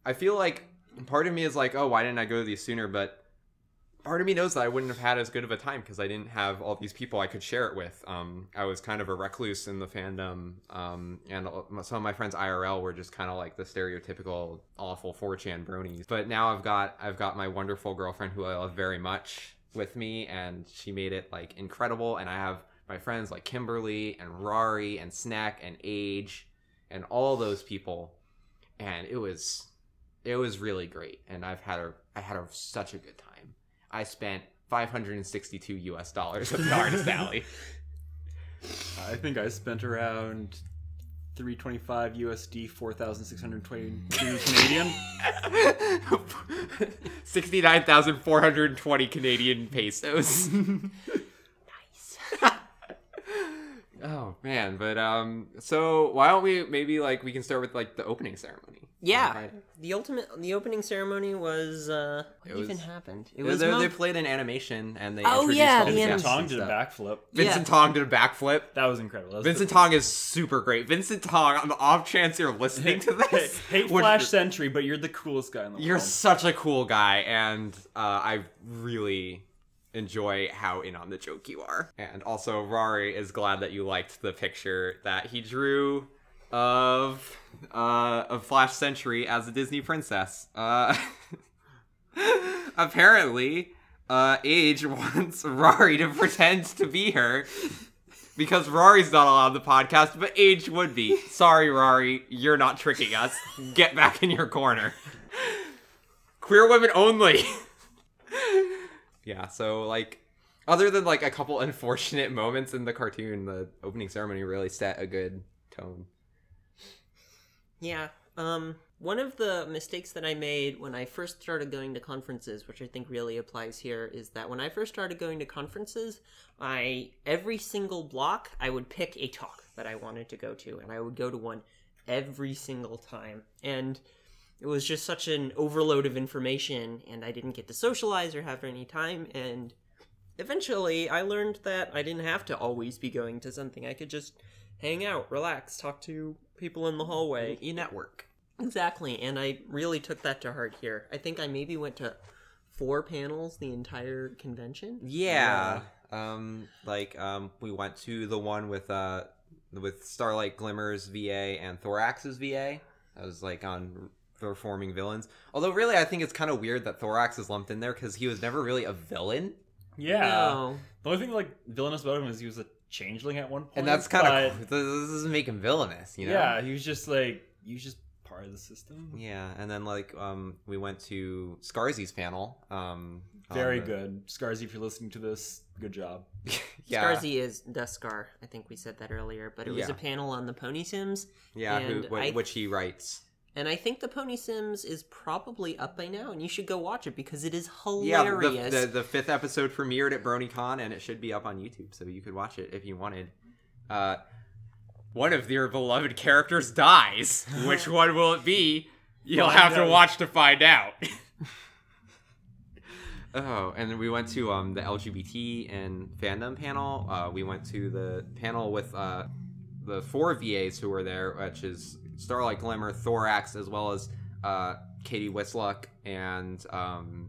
A: I feel like part of me is like, oh, why didn't I go to these sooner? But part of me knows that I wouldn't have had as good of a time because I didn't have all these people I could share it with. Um, I was kind of a recluse in the fandom, um, and all- some of my friends IRL were just kind of like the stereotypical awful 4chan bronies. But now I've got I've got my wonderful girlfriend who I love very much with me, and she made it like incredible. And I have my friends like Kimberly and Rari and Snack and Age and all those people, and it was it was really great. And I've had a I had a, such a good time. I spent 562 US dollars at the Artist Alley.
D: I think I spent around 325 USD, 4,620 Canadian.
A: 69,420 Canadian pesos. oh man, but um so why don't we maybe like we can start with like the opening ceremony.
B: yeah,
A: Right.
B: the ultimate the opening ceremony was uh, what
A: It was-
B: even happened? It
A: It was they,
B: Mo-
A: they played an animation and they
B: Oh,
A: introduced
B: yeah,
A: all the
B: the
A: guests
B: anim-
A: and
D: Tong did a
A: stuff.
D: backflip.
A: Vincent Tong did a backflip.
D: That was incredible. That was
A: Vincent
D: the-
A: Tong is super great. Vincent Tong, on the off chance you're listening to this,
D: Hey, hate
A: would-
D: Flash Sentry, but you're the coolest guy in the
A: You're
D: world.
A: such a cool guy, and uh, I really enjoy how in on the joke you are. And also, Rari is glad that you liked the picture that he drew of uh, of Flash Century as a Disney princess. Uh, apparently, uh, Age wants Rari to pretend to be her. Because Rari's not allowed on the podcast, but Age would be. Sorry, Rari, you're not tricking us. Get back in your corner queer women only. yeah, so like other than like a couple unfortunate moments in the cartoon, the opening ceremony really set a good tone.
B: Yeah. Um, one of the mistakes that I made when I first started going to conferences, which I think really applies here, is that when I first started going to conferences, I every single block I would pick a talk that I wanted to go to, and I would go to one every single time. And it was just such an overload of information, and I didn't get to socialize or have any time. And eventually, I learned that I didn't have to always be going to something. I could just hang out, relax, talk to people in the hallway. e
A: You network.
B: Exactly, and I really took that to heart here. I think I maybe went to four panels the entire convention.
A: Yeah. Um like um we went to the one with uh with Starlight Glimmer's VA and Thorax's VA. That was like on performing villains. Although really I think it's kind of weird that Thorax is lumped in there cuz he was never really a villain.
D: yeah.
B: No.
D: The only thing like villainous about him is he was a changeling at one point,
A: And that's kind
D: but-
A: of this doesn't make him villainous, you know.
D: Yeah, he was just like he was just part of the system.
A: Yeah, and then like um, we went to Scarzy's panel. Um, on
D: Very
A: the-
D: good, Scarzy. If you're listening to this, good job.
A: Yeah,
B: Scarzy is Duskar. I think we said that earlier, but it was
A: Yeah.
B: a panel on the Pony Sims,
A: yeah, who,
B: and
A: wh-
B: I-
A: which he writes.
B: and I think the Pony Sims is probably up by now, and you should go watch it because it is
A: Yeah, the,
B: hilarious.
A: the the fifth episode premiered at BronyCon, and it should be up on YouTube, so you could watch it if you wanted. Uh, one of your beloved characters dies. Which one will it be? You'll
D: Find
A: have to
D: out.
A: watch to find out. Oh, and then we went to um, the LGBT and fandom panel. Uh, we went to the panel with uh, the four VAs who were there, which is Starlight Glimmer, Thorax, as well as uh, Katie Wisluck and um,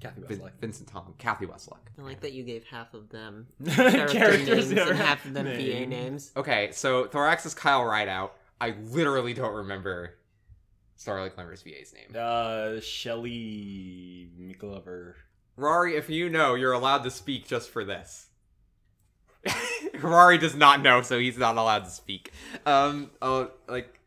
D: Kathy
A: Vin-
D: Westlock.
A: Vincent Tom, Kathy Westluck.
B: I like that you gave half of them character
D: Characters
B: names and
D: are-
B: half of them VA
D: name.
B: names.
A: Okay, so Thorax is Kyle Rideout. I literally don't remember Starlight Glimmer's VA's name.
D: Uh, Shelly McGlover.
A: Rory, if you know, you're allowed to speak just for this. Rory does not know, so he's not allowed to speak. Um, oh, like,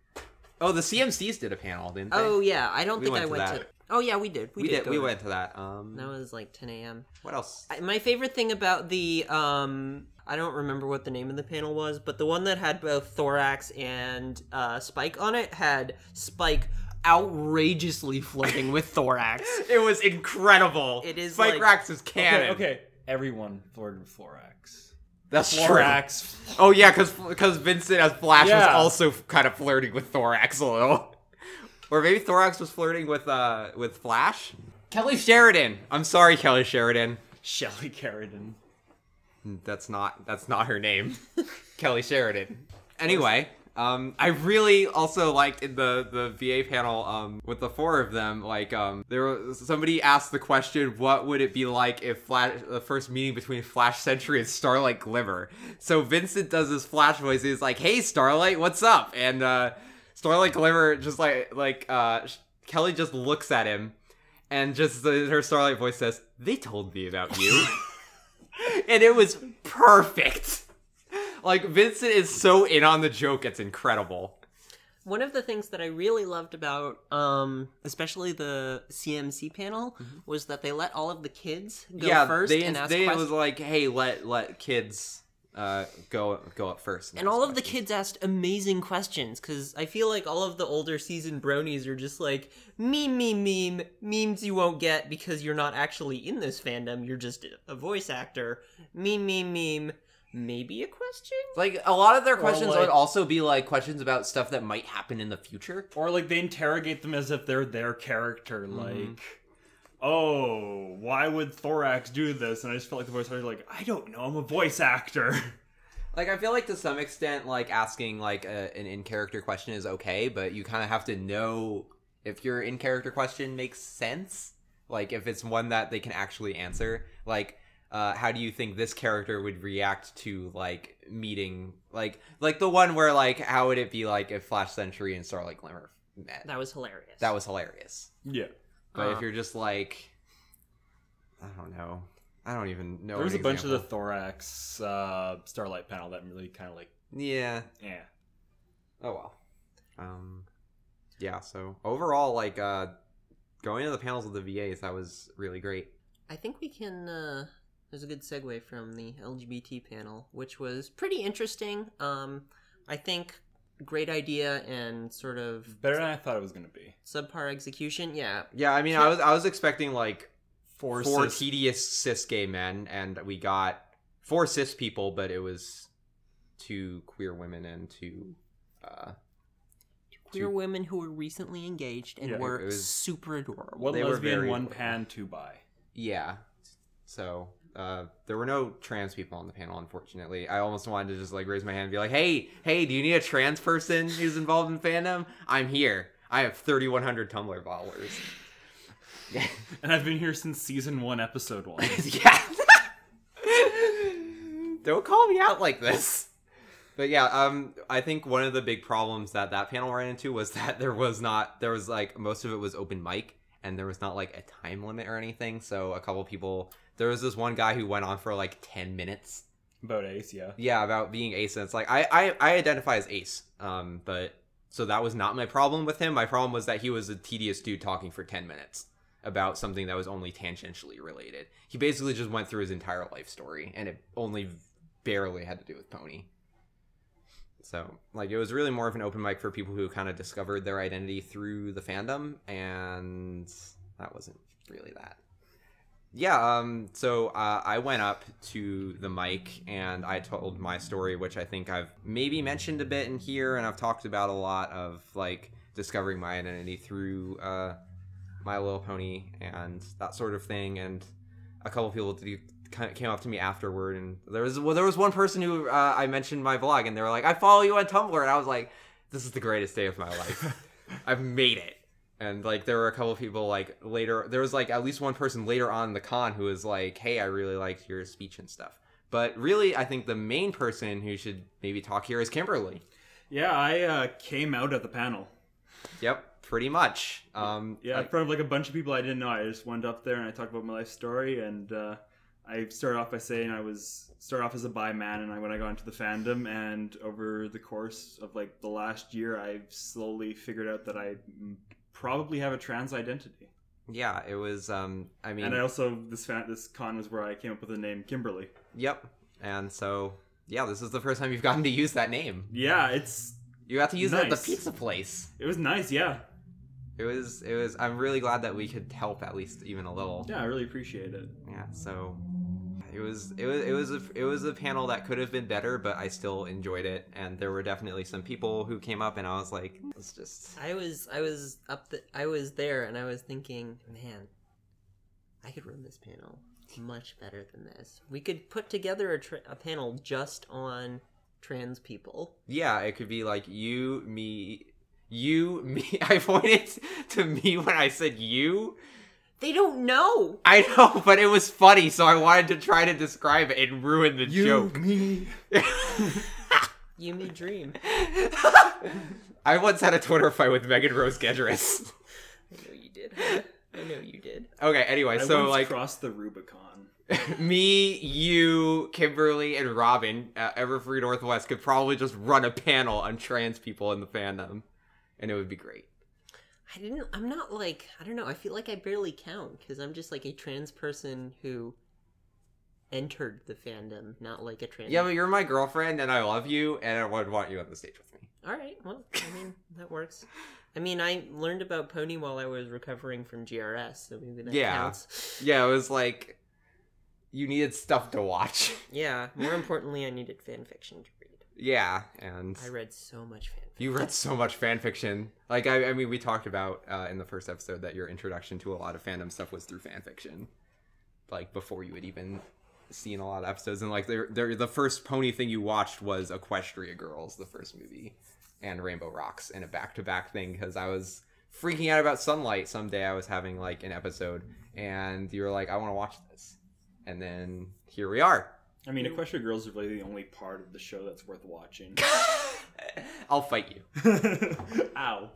A: oh, the CMCs did a panel, didn't they?
B: Oh yeah, I don't
A: We
B: think
A: went
B: I
A: to
B: went
A: that.
B: to. Oh yeah, we did. We,
A: we, did.
B: go
A: we
B: to-
A: went to that. Um,
B: That was like 10 a.m.
A: what else?
B: I- my favorite thing about the um I don't remember what the name of the panel was, but the one that had both Thorax and uh, Spike on it had Spike outrageously flirting with Thorax.
A: It was incredible.
B: It is
A: Spike
B: like-
A: Rax is
D: Okay,
A: canon.
D: okay. Everyone flirted with Thorax.
A: That's
D: Thorax.
A: true. Oh yeah, because Vincent as Flash was
D: Yeah.
A: also kind of flirting with Thorax a little, or maybe Thorax was flirting with uh with Flash. Kelly Sheridan. I'm sorry, Kelly Sheridan.
D: Shelley Carradine.
A: That's not that's not her name. Kelly Sheridan. Anyway, um, I really also liked in the the VA panel um, with the four of them. Like, um, there was, somebody asked the question, "What would it be like if Flash, the first meeting between Flash Sentry and Starlight Glimmer?" So Vincent does his Flash voice. He's like, "Hey, Starlight, what's up?" And uh, Starlight Glimmer just like like uh, sh- Kelly just looks at him, and just the, her Starlight voice says, "They told me about you." and it was perfect. Like Vincent is so in on the joke, it's incredible.
B: One of the things that I really loved about, um, especially the CMC panel, was that they let all of the kids go first
A: Mm-hmm. they,
B: and ask
A: they
B: questions.
A: was like, "Hey, let let kids uh, go go up first.
B: and all of the kids asked amazing questions because I feel like all of the older season bronies are just like meme, meme, meme, memes you won't get because you're not actually in this fandom. You're just a voice actor. Meme, meme, meme. Maybe a question?
A: like a lot of their questions
D: like-
A: would also be like questions about stuff that might happen in the future.
D: Or like they interrogate them as if they're their character, like Oh, why would Thorax do this? And I just felt like the voice actor was like, I don't know, I'm a voice actor.
A: Like I feel like to some extent, like asking like a, an in character question is okay, but you kind of have to know if your in character question makes sense. Like if it's one that they can actually answer. Like, uh, how do you think this character would react to like meeting like like the one where like how would it be like if Flash Century and Starlight Glimmer met?
B: That was hilarious.
A: That was hilarious.
D: Yeah.
A: But
B: Uh.
A: if you're just like, I don't know, I don't even know.
D: There was a
A: an
D: bunch of the
A: example.
D: Thorax uh, Starlight panel that really kind of like,
A: yeah.
D: yeah.
A: Oh well. Um yeah, so overall like uh going to the panels with the VAs that was really great.
B: I think we can. Uh, there's a good segue from the LGBT panel, which was pretty interesting. Um, I think great idea and sort of
D: Better than I thought it was going to be.
B: subpar execution. Yeah,
A: Yeah, I mean I was I was expecting like
D: Four,
A: four
D: cis-
A: tedious cis gay men and we got four cis people, but it was two queer women and two uh
B: queer women who were recently engaged and
D: Yeah,
B: were
A: it was-
B: super adorable.
D: One
A: They were
D: lesbian,
A: very-
D: one pan, two bi.
A: yeah. So uh, there were no trans people on the panel, unfortunately. I almost wanted to just like raise my hand and be like, "Hey, hey, do you need a trans person who's involved in fandom? I'm here. I have 3,100 Tumblr followers."
D: And I've been here since season one, episode one.
A: yeah. Don't call me out like this. But yeah, um, I think one of the big problems that that panel ran into was that there was not there was like most of it was open mic and there was not like a time limit or anything. So a couple people there was this one guy who went on for like ten minutes.
D: About Ace, yeah.
A: Yeah, about being ace. And it's like I I, I identify as ace. Um, but so that was not my problem with him. My problem was that he was a tedious dude talking for ten minutes about something that was only tangentially related. He basically just went through his entire life story, and it only barely had to do with Pony. So, like, it was really more of an open mic for people who kind of discovered their identity through the fandom, and that wasn't really that. Yeah, um, so uh, I went up to the mic and I told my story, which I think I've maybe mentioned a bit in here, and I've talked about a lot of like discovering my identity through uh, My Little Pony and that sort of thing. And a couple people did, kind of came up to me afterward, and there was well, there was one person who uh, I mentioned my vlog, and they were like, "I follow you on Tumblr," and I was like, "This is the greatest day of my life. I've made it." and like there were a couple of people like later there was like at least one person later on in the con who was like hey i really liked your speech and stuff but really i think the main person who should maybe talk here is kimberly
D: Yeah, I uh, came out at the panel.
A: yep pretty much um
D: Yeah, in
A: like-
D: front of like a bunch of people I didn't know. I just went up there and I talked about my life story, and uh, I started off by saying I was started off as a bi man, and I, when I got into the fandom, and over the course of like the last year, I've slowly figured out that I mm, probably have a trans identity.
A: yeah it was um i mean
D: and I also this fan, this con was where I came up with the name Kimberly.
A: yep and so yeah this is the first time you've gotten to use that name
D: Yeah, it's
A: you got to use it at the
D: Nice.
A: pizza place
D: it was nice. Yeah,
A: it was it was i'm really glad that we could help at least even a little
D: yeah, I really appreciate it.
A: Yeah, so It was it was it was a it was a panel that could have been better, but I still enjoyed it. And there were definitely some people who came up, and I was like, "It's just
B: I was I was up the I was there and I was thinking, man, I could run this panel much better than this. We could put together a, tra- a panel just on trans people.
A: yeah." It could be like you, me, you, me. I pointed to me when I said you.
B: They don't know.
A: I know, but it was funny, so I wanted to try to describe it and ruin the joke.
D: me.
B: You may dream.
A: I once had a Twitter fight with Megan Rose Gedris.
B: I know you did. Hannah. I know you did.
A: okay, anyway,
D: I
A: so
D: once
A: like
D: crossed the Rubicon.
A: me, you, Kimberly, and Robin at Everfree Northwest could probably just run a panel on trans people in the fandom, and it would be great.
B: I didn't. I'm not like I don't know. I feel like I barely count because I'm just like a trans person who entered the fandom, not like a trans.
A: Yeah, but you're my girlfriend, and I love you, and I would want you on the stage with me.
B: All right. Well, I mean that works. I mean, I learned about Pony while I was recovering from GRS, so maybe that
A: Yeah.
B: counts.
A: Yeah, it was like you needed stuff to watch.
B: Yeah. More importantly, I needed fan fiction to read.
A: yeah, and
B: I read so much fan.
A: you read so much fan fiction. Like I, I mean, we talked about uh, in the first episode that your introduction to a lot of fandom stuff was through fan fiction, like before you had even seen a lot of episodes. And like they're, they're, the first pony thing you watched was Equestria Girls, the first movie, and Rainbow Rocks, and a back to back thing because I was freaking out about Sunlight. Someday I was having like an episode, and you were like, I want to watch this, and then here we are.
D: I mean, Equestria Girls is really the only part of the show that's worth watching.
A: I'll fight you.
D: Ow.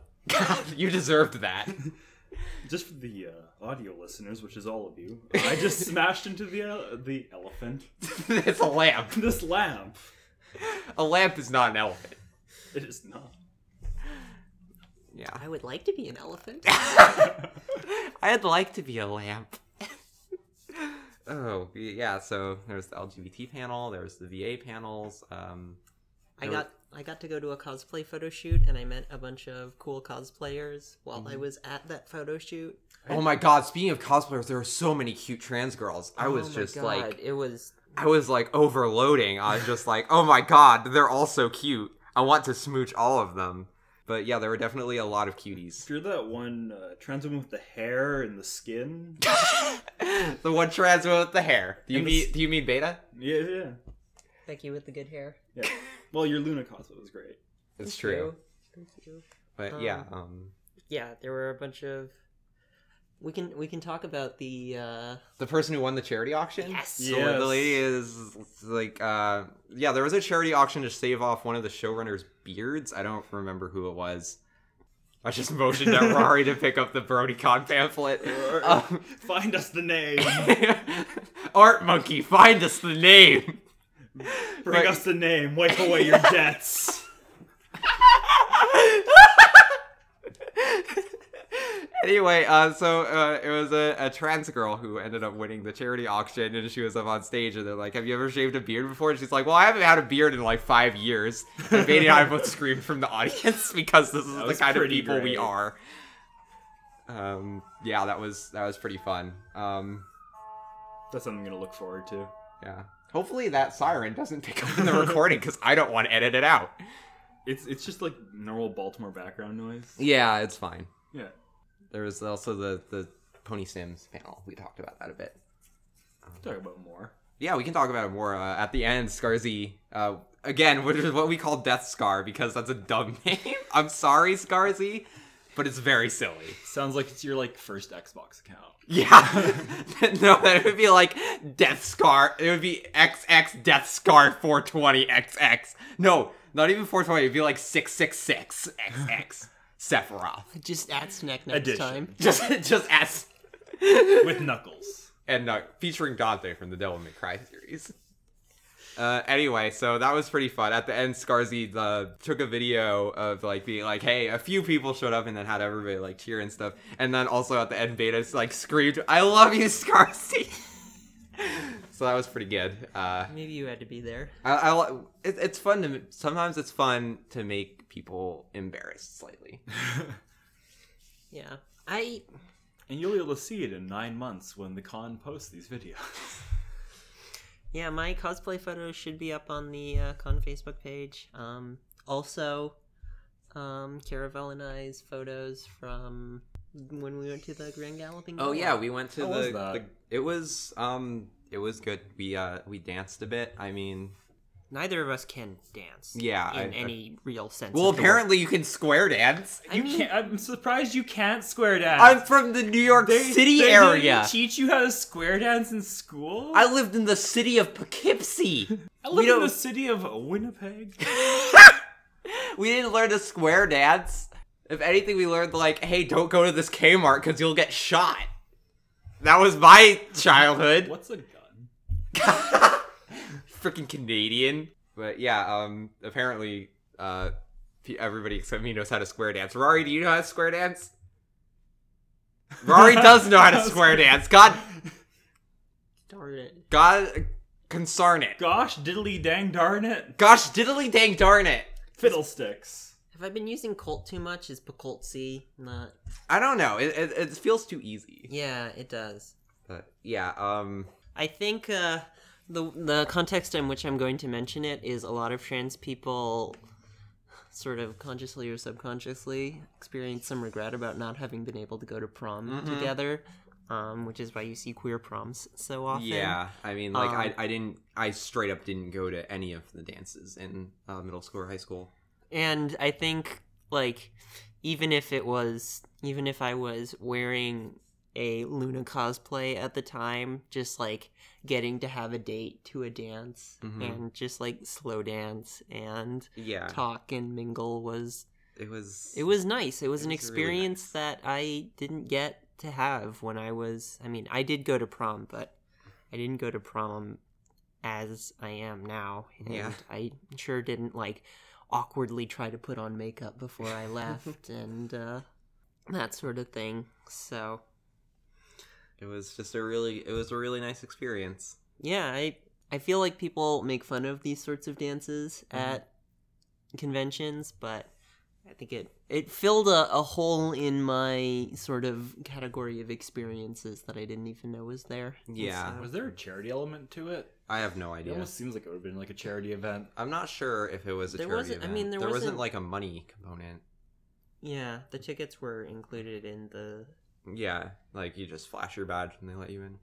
A: you deserved that.
D: Just for the uh, audio listeners, which is all of you, I just smashed into the uh, the elephant.
A: it's a lamp.
D: This lamp.
A: A lamp is not an elephant.
D: It is not.
A: Yeah.
B: I would like to be an elephant.
A: I'd like to be a lamp. oh, yeah, so there's the LGBT panel, there's the VA panels. Um,
B: I got I got to go to a cosplay photo shoot, and I met a bunch of cool cosplayers while
A: Mm-hmm.
B: I was at that photo shoot.
A: oh my god, speaking of cosplayers, there were so many cute trans girls. I was
B: Oh my
A: just
B: God,
A: like,
B: it was
A: I was like overloading. I was just like, oh my god, they're all so cute. I want to smooch all of them. But yeah, there were definitely a lot of cuties.
D: If you're that one uh, trans woman with the hair and the skin,
A: the one trans one with the hair. Do you
D: And the
A: mean
D: s-
A: do you mean beta?
D: yeah, yeah,
B: Becky with the good hair.
D: yeah. Well, your Luna cosplay was great.
A: It's
B: Thank
A: true.
B: you. Thank you.
A: But
B: Um,
A: yeah, um,
B: Yeah, there were a bunch of. We can we can talk about the. uh
A: the person who won the charity auction.
B: Yes.
A: So when
D: Yes.
A: the lady is like, uh, yeah, there was a charity auction to shave off one of the showrunners' beards. I don't remember who it was. I just motioned at Rory to pick up the BrodyCon pamphlet.
D: Rory.
A: Um,
D: Find us the name.
A: Art Monkey, find us the name.
D: Bring
A: Right.
D: us the name. Wipe away your debts.
A: anyway, uh, so uh, it was a, a trans girl who ended up winning the charity auction, and she was up on stage, and they're like, "Have you ever shaved a beard before?" And she's like, "Well, I haven't had a beard in like five years." And Beatty and I both screamed from the audience because this is the
D: was
A: kind of
D: pretty
A: people we
D: great.
A: are. Um, yeah, that was that was pretty fun. Um,
D: That's something I'm gonna look forward to.
A: yeah. Hopefully that siren doesn't pick up in the recording because I don't want to edit it out.
D: It's it's just like normal Baltimore background noise.
A: Yeah, it's fine.
D: Yeah.
A: There was also the the Pony Sims panel. We talked about that a bit.
D: Talk about more.
A: Yeah, we can talk about it more uh, at the end. Scarzy, uh, again, which is what we call Death Scar because that's a dumb name. I'm sorry, Scarzy, but it's very silly.
D: Sounds like it's your like first Xbox account.
A: Yeah, no, it would be like Death Scar. It would be XX Death Scar 420 XX. No, not even 420. It'd be like 666 XX Sephiroth.
B: Just at snack next
D: Addition.
B: time.
A: Just, just S.
D: With Knuckles.
A: and uh, featuring Dante from the Devil May Cry series. Uh, anyway, so that was pretty fun. At the end, Scarzy uh, took a video of like being like, "Hey, a few people showed up," and then had everybody like cheer and stuff. And then also at the end, Beta like screamed, "I love you, Scarzy!" so that was pretty good. Uh,
B: Maybe you had to be there.
A: I, I li- it, it's fun to sometimes it's fun to make people embarrassed slightly.
B: Yeah. I
D: And you'll be able to see it in nine months when the con posts these videos.
B: yeah, my cosplay photos should be up on the uh, con Facebook page. Um, also, um, Caravel and I's photos from when we went to the Grand Galloping.
A: Oh
B: Gala.
A: yeah, we went to
D: How
A: the,
D: was that?
A: the. It was um, it was good. We uh, we danced a bit. I mean,
B: Neither of us can dance.
A: Yeah,
B: in
A: I-
B: any real sense.
A: well,
B: of the word.
A: apparently you can square dance.
B: I
D: you
B: mean-
D: can't, I'm surprised you can't square dance.
A: I'm from the New York
D: They-
A: City
D: they didn't
A: area.
D: teach you how to square dance in school.
A: I lived in the city of Poughkeepsie.
D: I
A: we
D: live in
A: don't-
D: the city of Winnipeg.
A: we didn't learn to square dance. If anything, we learned like, hey, don't go to this Kmart because you'll get shot. That was my childhood.
D: What's a gun?
A: Freaking Canadian. But yeah, um, apparently, uh, pe- everybody except me knows how to square dance. Rory, do you know how to square dance? Rory does know how to square dance. God,
B: Darn it.
A: God, concern it.
D: Gosh, diddly dang darn it.
A: Gosh, diddly dang darn it.
D: Fiddlesticks.
B: Have I been using Colt too much? Is Colt C not?
A: I don't know. It, it, it feels too easy.
B: Yeah, it does.
A: But yeah, um,
B: I think uh, the the context in which I'm going to mention it is a lot of trans people, sort of consciously or subconsciously, experience some regret about not having been able to go to prom together, um, which is why you see queer proms so often.
A: Yeah, I mean, like
B: Um,
A: I, I didn't, I straight up didn't go to any of the dances in uh, middle school or high school.
B: and I think like even if it was even if I was wearing a Luna cosplay at the time, just like getting to have a date to a dance
A: Mhm.
B: and just like slow dance and
A: Yeah,
B: talk and mingle was
A: it was,
B: it was nice. It was
A: It
B: an
A: was really
B: experience that I didn't get to have when I was I mean, I did go to prom, but I didn't go to prom as I am now. And
A: Yeah.
B: I sure didn't like awkwardly try to put on makeup before I left and uh that sort of thing. So,
A: it was just a really, it was a really nice experience.
B: yeah, I I feel like people make fun of these sorts of dances
A: Mhm.
B: at conventions, but I think it it filled a, a hole in my sort of category of experiences that I didn't even know was there. And
A: Yeah.
B: so-
D: Was there a charity element to it?
A: I have no
D: It
A: idea.
D: almost seems like it would have been like a charity event.
A: I'm not sure if it was a
B: There
A: charity
B: wasn't- I
A: event.
B: mean, there wasn't-
A: like a money component.
B: yeah, the tickets were included in the
A: Yeah, like you just flash your badge and they let you in.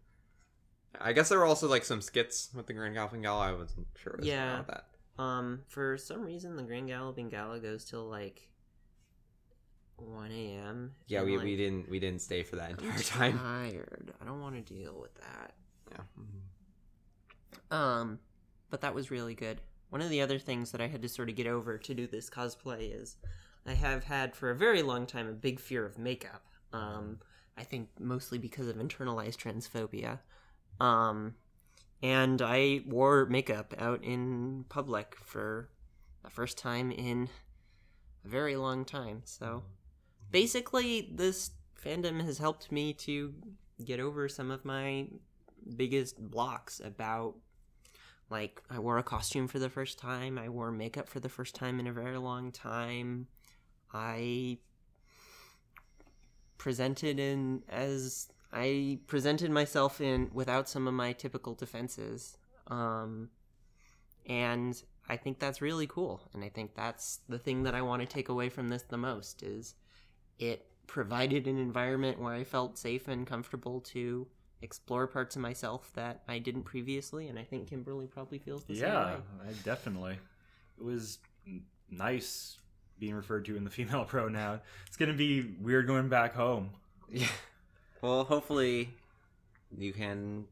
A: I guess there were also like some skits with the Grand Galloping Gala. I wasn't sure was
B: Yeah.
A: about that.
B: Um, for some reason, the Grand Galloping Gala goes till like one a.m.
A: Yeah,
B: and,
A: we,
B: like,
A: we didn't we didn't stay for that
B: I'm
A: entire time.
B: Tired. I don't want to deal with that.
A: Yeah.
B: Um, but that was really good. One of the other things that I had to sort of get over to do this cosplay is I have had for a very long time a big fear of makeup. Um, I think mostly because of internalized transphobia. Um, and I wore makeup out in public for the first time in a very long time. So basically, this fandom has helped me to get over some of my biggest blocks about like I wore a costume for the first time, I wore makeup for the first time in a very long time. I presented in as I presented myself in without some of my typical defenses. Um and I think that's really cool and I think that's the thing that I want to take away from this the most is it provided an environment where I felt safe and comfortable to explore parts of myself that I didn't previously, and I think Kimberly probably feels the
D: Yeah,
B: same way.
D: I definitely. It was n- nice being referred to in the female pronoun. It's gonna be weird going back home.
A: Yeah. Well, hopefully you can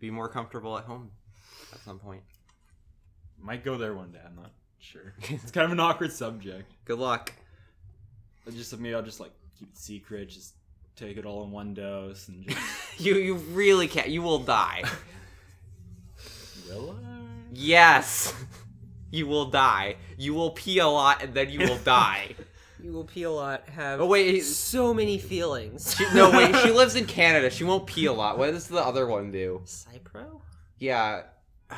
A: be more comfortable at home at some point.
D: Might go there one day. I'm not sure. It's kind of an awkward subject.
A: Good luck.
D: But just maybe I'll just like keep it secret. Just take it all in one dose and just
A: You you really can't. You will die.
D: will I?
A: yes. You will die. You will pee a lot and then you will die.
B: You will pee a lot, have
A: Oh wait, he-
B: so many feelings.
A: she, no wait. She lives in Canada. She won't pee a lot. What does the other one do?
B: Cypro?
A: Yeah.
B: I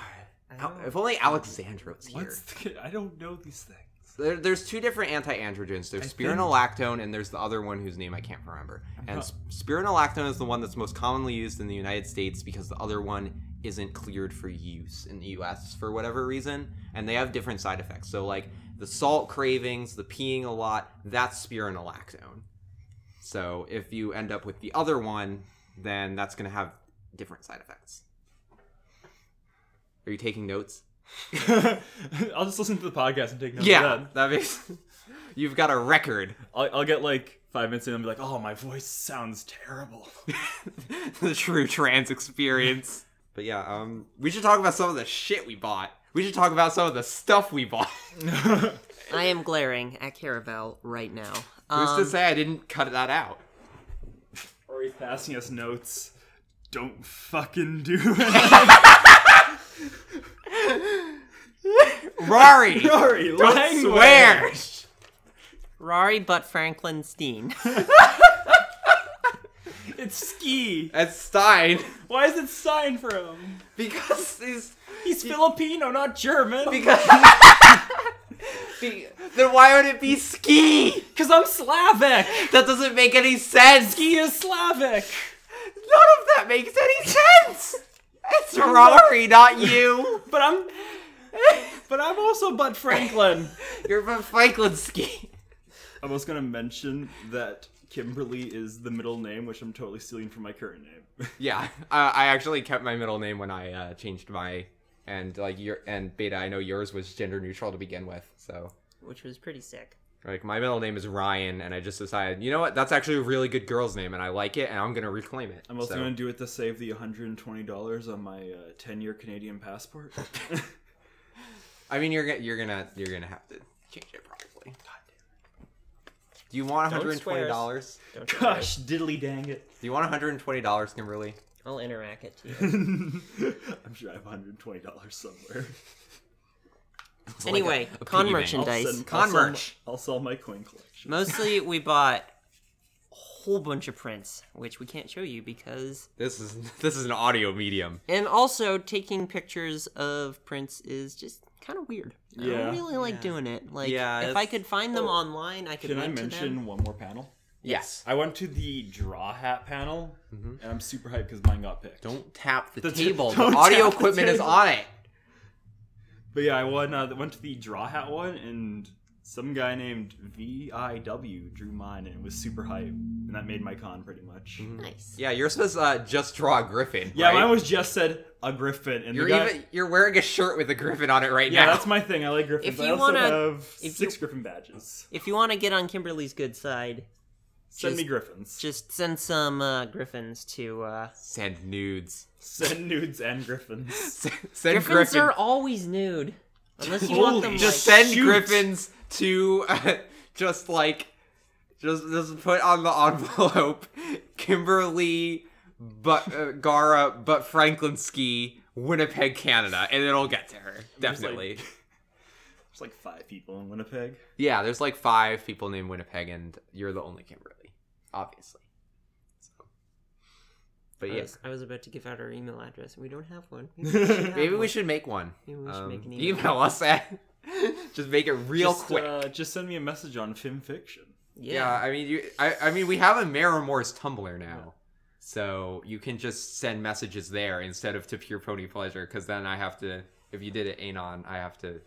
A: Al-
B: don't-
A: If only Alexandra was here.
D: What's the, I don't know these things.
A: There, there's two different anti-androgens. There's
E: think-
A: spironolactone and there's the other one whose name I can't remember. And
E: not-
A: sp- spironolactone is the one that's most commonly used in the United States because the other one isn't cleared for use in the U.S. for whatever reason, and they have different side effects. So like the salt cravings, the peeing a lot, that's spironolactone. So if you end up with the other one, then that's going to have different side effects. Are you taking notes?
D: I'll just listen to the podcast and take notes.
A: yeah,
D: of that.
A: that makes. You've got a record.
D: I'll, I'll get like five minutes in and be like, oh, my voice sounds terrible.
A: the true trans experience. But yeah, um, we should talk about some of the shit we bought. We should talk about some of the stuff we bought.
B: I am glaring at Caravel right now.
A: Who's
B: Um,
A: to say I didn't cut that out?
D: Or he's passing us notes. Don't fucking do it.
A: Rory,
D: Sorry,
A: don't swear.
B: Rari but Franklin Steen.
D: It's ski.
A: That's Stein
D: Why is it signed for him?
A: because he's
D: He's Filipino, not German.
A: because. Be- then why would it be ski?
D: Because I'm Slavic.
A: That doesn't make any sense.
D: He is Slavic.
A: None of that makes any sense. It's Rory, not you.
D: But I'm. But I'm also Bud Franklin.
A: You're from Franklin ski.
D: I was gonna mention that Kimberly is the middle name, which I'm totally stealing from my current name.
A: Yeah, I, I actually kept my middle name when I uh, changed my and like your and beta. I know yours was gender neutral to begin with, so
B: Which was pretty sick.
A: like my middle name is Ryan, and I just decided, you know what, that's actually a really good girl's name, and I like it, and I'm gonna reclaim it.
D: I'm also
A: So-
D: gonna do it to save the 120 dollars on my 10 year Canadian passport.
A: I mean, you're gonna you're gonna you're gonna have to change it probably. Do you want 120 dollars?
B: Don't you worry.
D: Gosh, diddly dang it!
A: Do you want 120 dollars, Kimberly?
B: I'll interact it to you.
D: I'm sure I have 120 dollars somewhere.
A: It's like a-
D: Oh
B: Anyway,
A: a
B: con
A: piggy bank.
D: I'll
B: merchandise.
D: send-
A: Con
D: I'll sell
A: merch.
D: my- I'll sell my coin collection.
B: Mostly, we bought a whole bunch of prints, which we can't show you because.
A: This is this is an audio medium.
B: And also, taking pictures of prints is just kind of weird. I
D: Yeah. Oh.
B: don't really like doing it. Like,
A: Yeah,
B: if
A: it's-
B: I could find them online, I could
D: Can I
B: link to them.
D: mention one more panel?
A: Yes.
D: I went to the draw hat panel, and I'm super hyped because mine got picked.
A: Don't tap the,
D: t-
A: table. The
D: don't
A: audio
D: tap the
A: equipment is
D: table.
A: on it.
D: But yeah, I won, uh, went to the draw hat one, and some guy named VIW drew mine, and it was super hype, and that made my con pretty much.
B: Nice.
A: Yeah, you're supposed to uh, just draw a griffin.
D: Yeah,
A: right?
D: mine was just said a griffin, and
A: You're
D: the guy,
A: even you're wearing a shirt with a griffin on it right
D: yeah,
A: now.
D: that's my thing. I like griffins.
B: If
D: I
B: you
D: also
B: wanna-
D: have
B: if
D: six
B: you-
D: griffin badges.
B: If you want to get on Kimberly's good side,
D: Send
B: Just-
D: me griffins.
B: just send some uh, griffins to. Uh...
A: Send nudes.
D: Send nudes and griffins.
A: S- Send
B: Griffins
A: griffins.
B: are always nude, unless you
D: Holy-
B: want them.
A: just
B: like...
A: send
D: Shoot.
A: griffins to uh, just like just just put on the envelope Kimberly but uh, Gara but Franklinski Winnipeg Canada and it'll get to her definitely.
D: There's like five people in Winnipeg.
A: Yeah, there's like five people named Winnipeg and you're the only Kimberly, obviously. So. But
B: I
A: yeah,
B: was, I was about to give out our email address, and we don't have one. Maybe we should.
A: Maybe
B: have
A: we
B: one.
A: should make one.
B: Maybe we should make an
A: email.
B: email.
A: us at. just make it real
D: just,
A: quick.
D: uh, just send me a message on FimFiction.
A: yeah. I mean, you. I, I mean, we have a Marimore's Tumblr now, so you can just send messages there instead of to Pure Pony Pleasure, because then I have to. If you did it anon, I have to.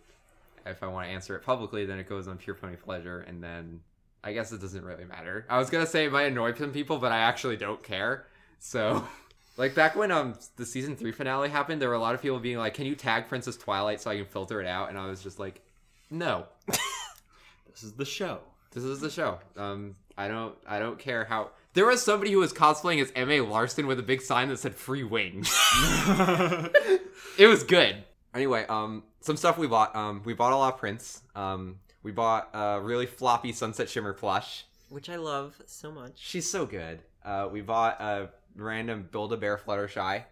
A: If I want to answer it publicly, then it goes on Pure Pony Pleasure, and then I guess it doesn't really matter. I was gonna say it might annoy some people, but I actually don't care. So, like back when um the season three finale happened, there were a lot of people being like, "Can you tag Princess Twilight so I can filter it out?" And I was just like, "No,
D: This is the show.
A: this is the show. Um, I don't, I don't care how." There was somebody who was cosplaying as M.A. Larson with a big sign that said "Free Wings." it was good. Anyway, um, some stuff we bought. Um, we bought a lot of prints. Um, we bought a really floppy Sunset Shimmer plush.
B: Which I love so much.
A: She's so good. Uh, we bought a random Build a Bear Fluttershy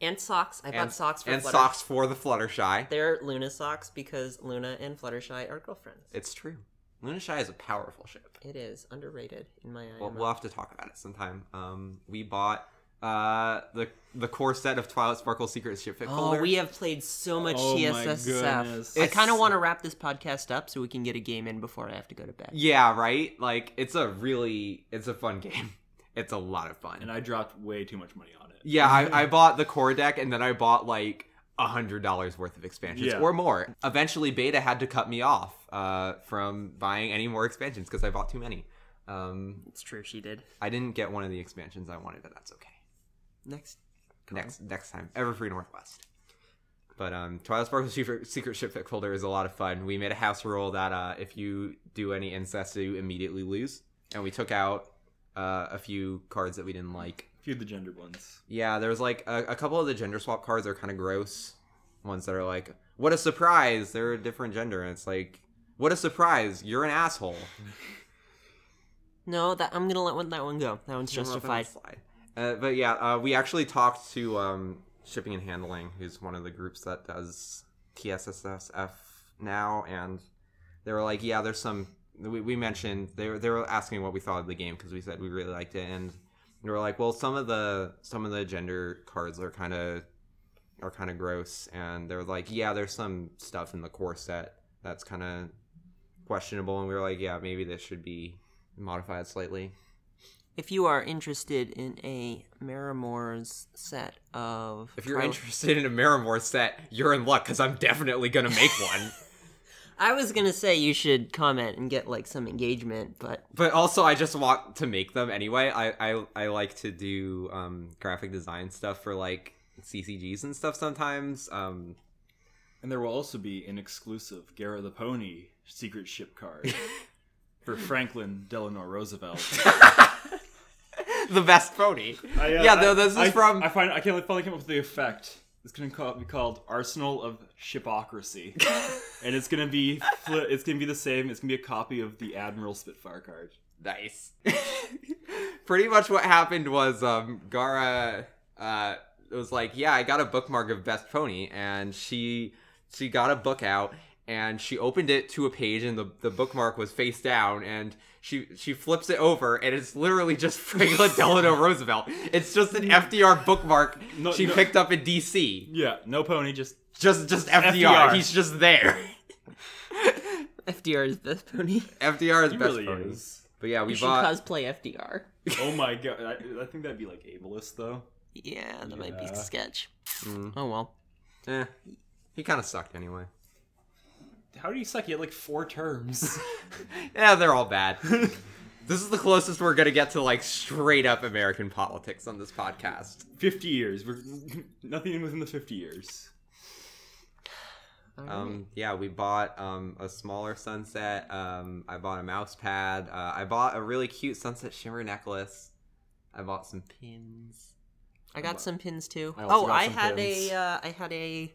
B: And socks. I bought socks for
A: and
B: Flutter.
A: socks for the Fluttershy.
B: They're Luna socks because Luna and Fluttershy are girlfriends.
A: It's true. Lunashy is a powerful ship.
B: It is underrated in my eye.
A: We'll, we'll have to talk about it sometime. Um, we bought uh, the the core set of Twilight Sparkle Secret Ship Fit
B: Oh,
A: Folder.
B: we have played so much
D: Oh my
B: TSSF.
D: goodness.
B: I kind of
A: It's-
B: want to wrap this podcast up so we can get a game in before I have to go to bed.
A: Yeah, right. Like it's a really it's a fun game. It's a lot of fun.
D: and I dropped way too much money on it.
A: yeah, I, I bought the core deck and then I bought like a hundred dollars worth of expansions
D: Yeah.
A: or more. Eventually, Beta had to cut me off uh, from buying any more expansions because I bought too many. Um,
B: It's true, she did.
A: I didn't get one of the expansions I wanted, but that's okay.
B: Next.
A: next next time everfree northwest but um twilight sparkle secret, secret ship Fit folder is a lot of fun we made a house rule that uh if you do any incest you immediately lose and we took out uh, a few cards that we didn't like
D: A few of the gender ones.
A: yeah there was like a, a couple of the gender swap cards are kind of gross ones that are like what a surprise they're a different gender and it's like what a surprise you're an asshole
B: No, that I'm gonna let one, that one go. That one's
A: Don't know if that
B: justified.
A: would slide. Uh, but yeah, uh, we actually talked to um, Shipping and Handling, who's one of the groups that does TSSF now, and they were like, "Yeah, there's some." We, we mentioned they were they were asking what we thought of the game because we said we really liked it, and they were like, "Well, some of the some of the gender cards are kind of are kind of gross," and they were like, "Yeah, there's some stuff in the core set that's kind of questionable," and we were like, "Yeah, maybe this should be modified slightly."
B: If you are interested in a Maramore's set of,
A: If you're
B: Twilight-
A: interested in a Miramore set, you're in luck because I'm definitely gonna make one.
B: I was gonna say you should comment and get like some engagement, but
A: but also, I just want to make them anyway. I I, I like to do um, graphic design stuff for like CCGs and stuff sometimes. Um,
D: And there will also be an exclusive Gara the Pony secret ship card for Franklin Delano Roosevelt.
A: the best pony.
D: I, uh,
A: yeah,
D: I-
A: though this is
D: I-
A: from.
D: I find I can't finally came up with the effect. It's gonna call, be called Arsenal of Shipocracy, and it's gonna be fli it's gonna be the same. It's gonna be a copy of the Admiral Spitfire card.
A: Nice. Pretty much what happened was um, Gara uh, was like, "Yeah, I got a bookmark of Best Pony," and she she got a book out and she opened it to a page and the, the bookmark was face down and she she flips it over and it's literally just Franklin Delano Roosevelt. It's just an FDR bookmark
D: No,
A: she
D: no.
A: picked up in DC.
D: Yeah, no pony, just
A: Just just FDR.
D: FDR.
A: He's just there.
B: FDR is best pony.
A: FDR is
D: he
A: best
D: really
A: pony.
D: is.
A: But yeah, we
B: you should
A: bought
B: cosplay FDR.
D: Oh my god, I, I think that'd be like ableist though.
B: Yeah, that might be
D: Yeah.
B: sketch.
A: Mm.
B: Oh well.
A: Eh, he kind of sucked anyway.
D: How do you suck? You had like four terms.
A: Yeah, they're all bad. this is the closest we're gonna get to like straight up American politics on this podcast.
D: fifty years. We're nothing within the fifty years.
A: Um, yeah, we bought um, a smaller sunset. Um, I bought a mouse pad. Uh, I bought a really cute sunset shimmer necklace. I bought some pins.
B: I got some pins too.
D: I also
B: oh,
D: got
B: I
D: some
B: had
D: pins.
B: a, uh, I had a.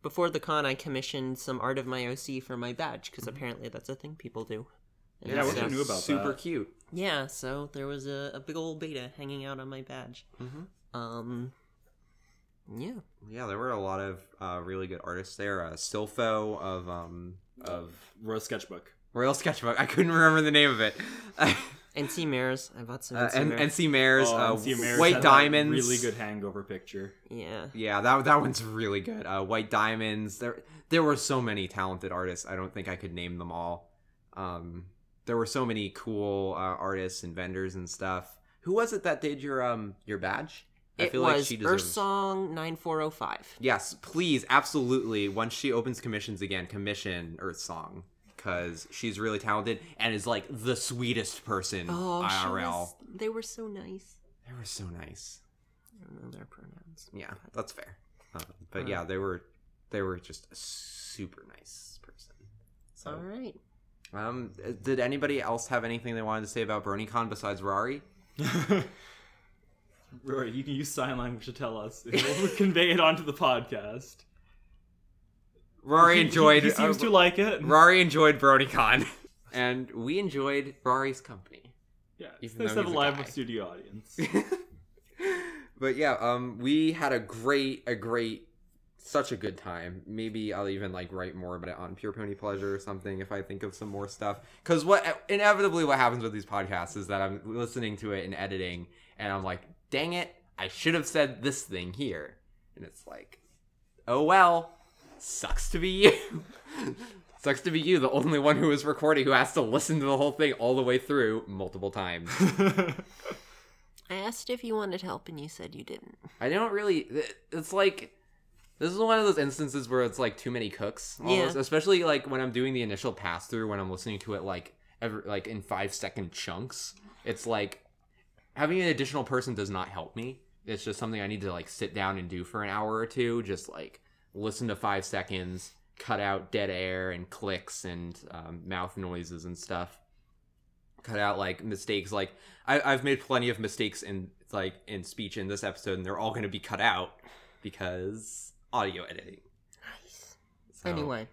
B: Before the con, I commissioned some art of my OC for my badge because apparently that's a thing people do. And
D: Mm-hmm. Yeah, I
B: so,
D: wish I knew about
A: Super
D: that.
A: cute.
B: yeah, so there was a, a big old beta hanging out on my badge. Um, yeah,
A: Mm-hmm. Yeah, there were a lot of uh, really good artists there. Uh, Silfo of um,
D: Of Royal Sketchbook.
A: Royal Sketchbook. I couldn't remember the name of it.
B: NC mirrors. I bought some
A: Uh,
B: NC
A: and
B: mirrors.
A: NC Mares,
D: Oh,
A: uh,
D: and see America
A: White
D: had that
A: Diamonds.
D: Really good hangover picture.
B: yeah,
A: Yeah, that that one's really good. Uh, White Diamonds. There there were so many talented artists. I don't think I could name them all. Um, there were so many cool uh, artists and vendors and stuff. Who was it that did your um your badge?
B: it was Earth Song nine four zero five.
A: Yes, please, absolutely. Once she opens commissions again, commission Earth Song because she's really talented and is like the sweetest person
B: Oh, she
A: IRL.
B: was, they were so nice.
A: They were so nice.
B: I don't know their pronouns.
A: Yeah, that's fair. Um, but yeah, they were they were just a super nice person.
B: All right.
A: Um, did anybody else have anything they wanted to say about BronyCon besides Rari?
D: Rory, you can use sign language to tell us. and We'll convey it onto the podcast.
A: Rari
D: He-
A: enjoyed.
D: He, seems
A: uh,
D: to like it.
A: Rari enjoyed BronyCon, and we enjoyed Rari's company.
D: Yeah, it's
A: even
D: nice
A: though
D: to have a
A: he's a
D: live
A: guy.
D: studio audience.
A: But yeah, um, we had a great, a great, such a good time. Maybe I'll even like write more about it on Pure Pony Pleasure or something if I think of some more stuff. Because what inevitably what happens with these podcasts is that I'm listening to it and editing, and I'm like, dang it, I should have said this thing here. And it's like, oh well, sucks to be you. sucks to be you, the only one who is recording who has to listen to the whole thing all the way through multiple times.
B: I asked if you wanted help and you said you didn't.
A: I don't really. th- It's like this is one of those instances where it's like too many cooks. Almost.
B: Yeah.
A: Especially like when I'm doing the initial pass through, when I'm listening to it like every like in five second chunks. It's like having an additional person does not help me. It's just something I need to like sit down and do for an hour or two. Just like listen to five seconds, cut out dead air and clicks and um, mouth noises and stuff cut out like mistakes like I, i've made plenty of mistakes in like in speech in this episode and they're all going to be cut out because audio editing
B: Nice.
A: So,
B: Anyway,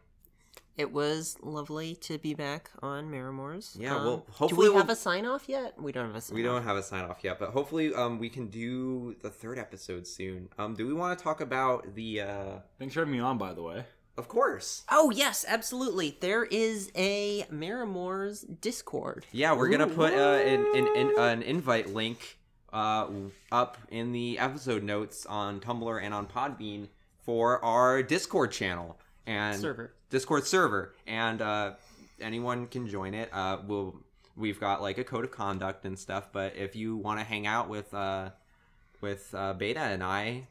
B: it was lovely to be back on Marimores.
A: Yeah,
B: Um,
A: well,
B: do
A: hopefully
B: we have
A: we'll-
B: a sign off yet? We don't have a sign.
A: we don't have a sign off yet but hopefully um we can do the third episode soon um do we want to talk about the uh
D: Thanks for having me on, by the way.
A: of course
B: Oh yes, absolutely. There is a Marimores Discord.
A: Yeah, we're gonna put uh, an, an, an, an invite link uh, up in the episode notes on Tumblr and on Podbean for our Discord channel and
B: Server.
A: Discord server, and uh, anyone can join it. Uh, we'll we've got like a code of conduct and stuff, but if you want to hang out with uh, with uh, Beta and I,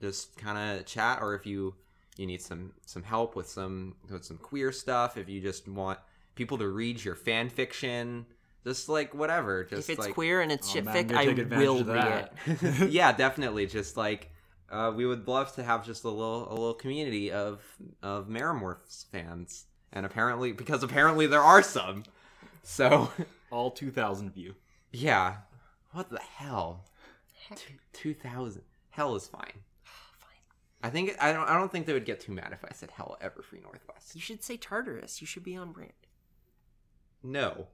A: just kind of chat, or if you you need some some help with some with some queer stuff, if you just want people to read your fan fiction, just like whatever, just
B: if it's
A: like
B: queer and it's
D: Oh, man, I'm
B: shitfic,
D: gonna
B: I
D: take advantage
B: will
D: of
B: read it.
D: that.
A: yeah, definitely. Just like uh, we would love to have just a little a little community of of Marimorphs fans, and apparently because apparently there are some. So
D: All 2,000 of you.
A: yeah, what the hell? Two thousand hell is fine. I think I don't. I don't think they would get too mad if I said hell ever free Northwest.
B: You should say Tartarus. You should be on brand.
A: No,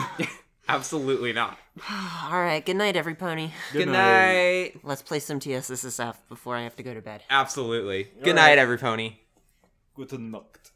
A: absolutely not.
B: All right. Good night, everypony.
A: Good, night.
B: Let's play some TSSSF before I have to go to bed.
A: Absolutely.
D: All
A: Good
D: right.
A: night, every pony.
D: Gute Nacht.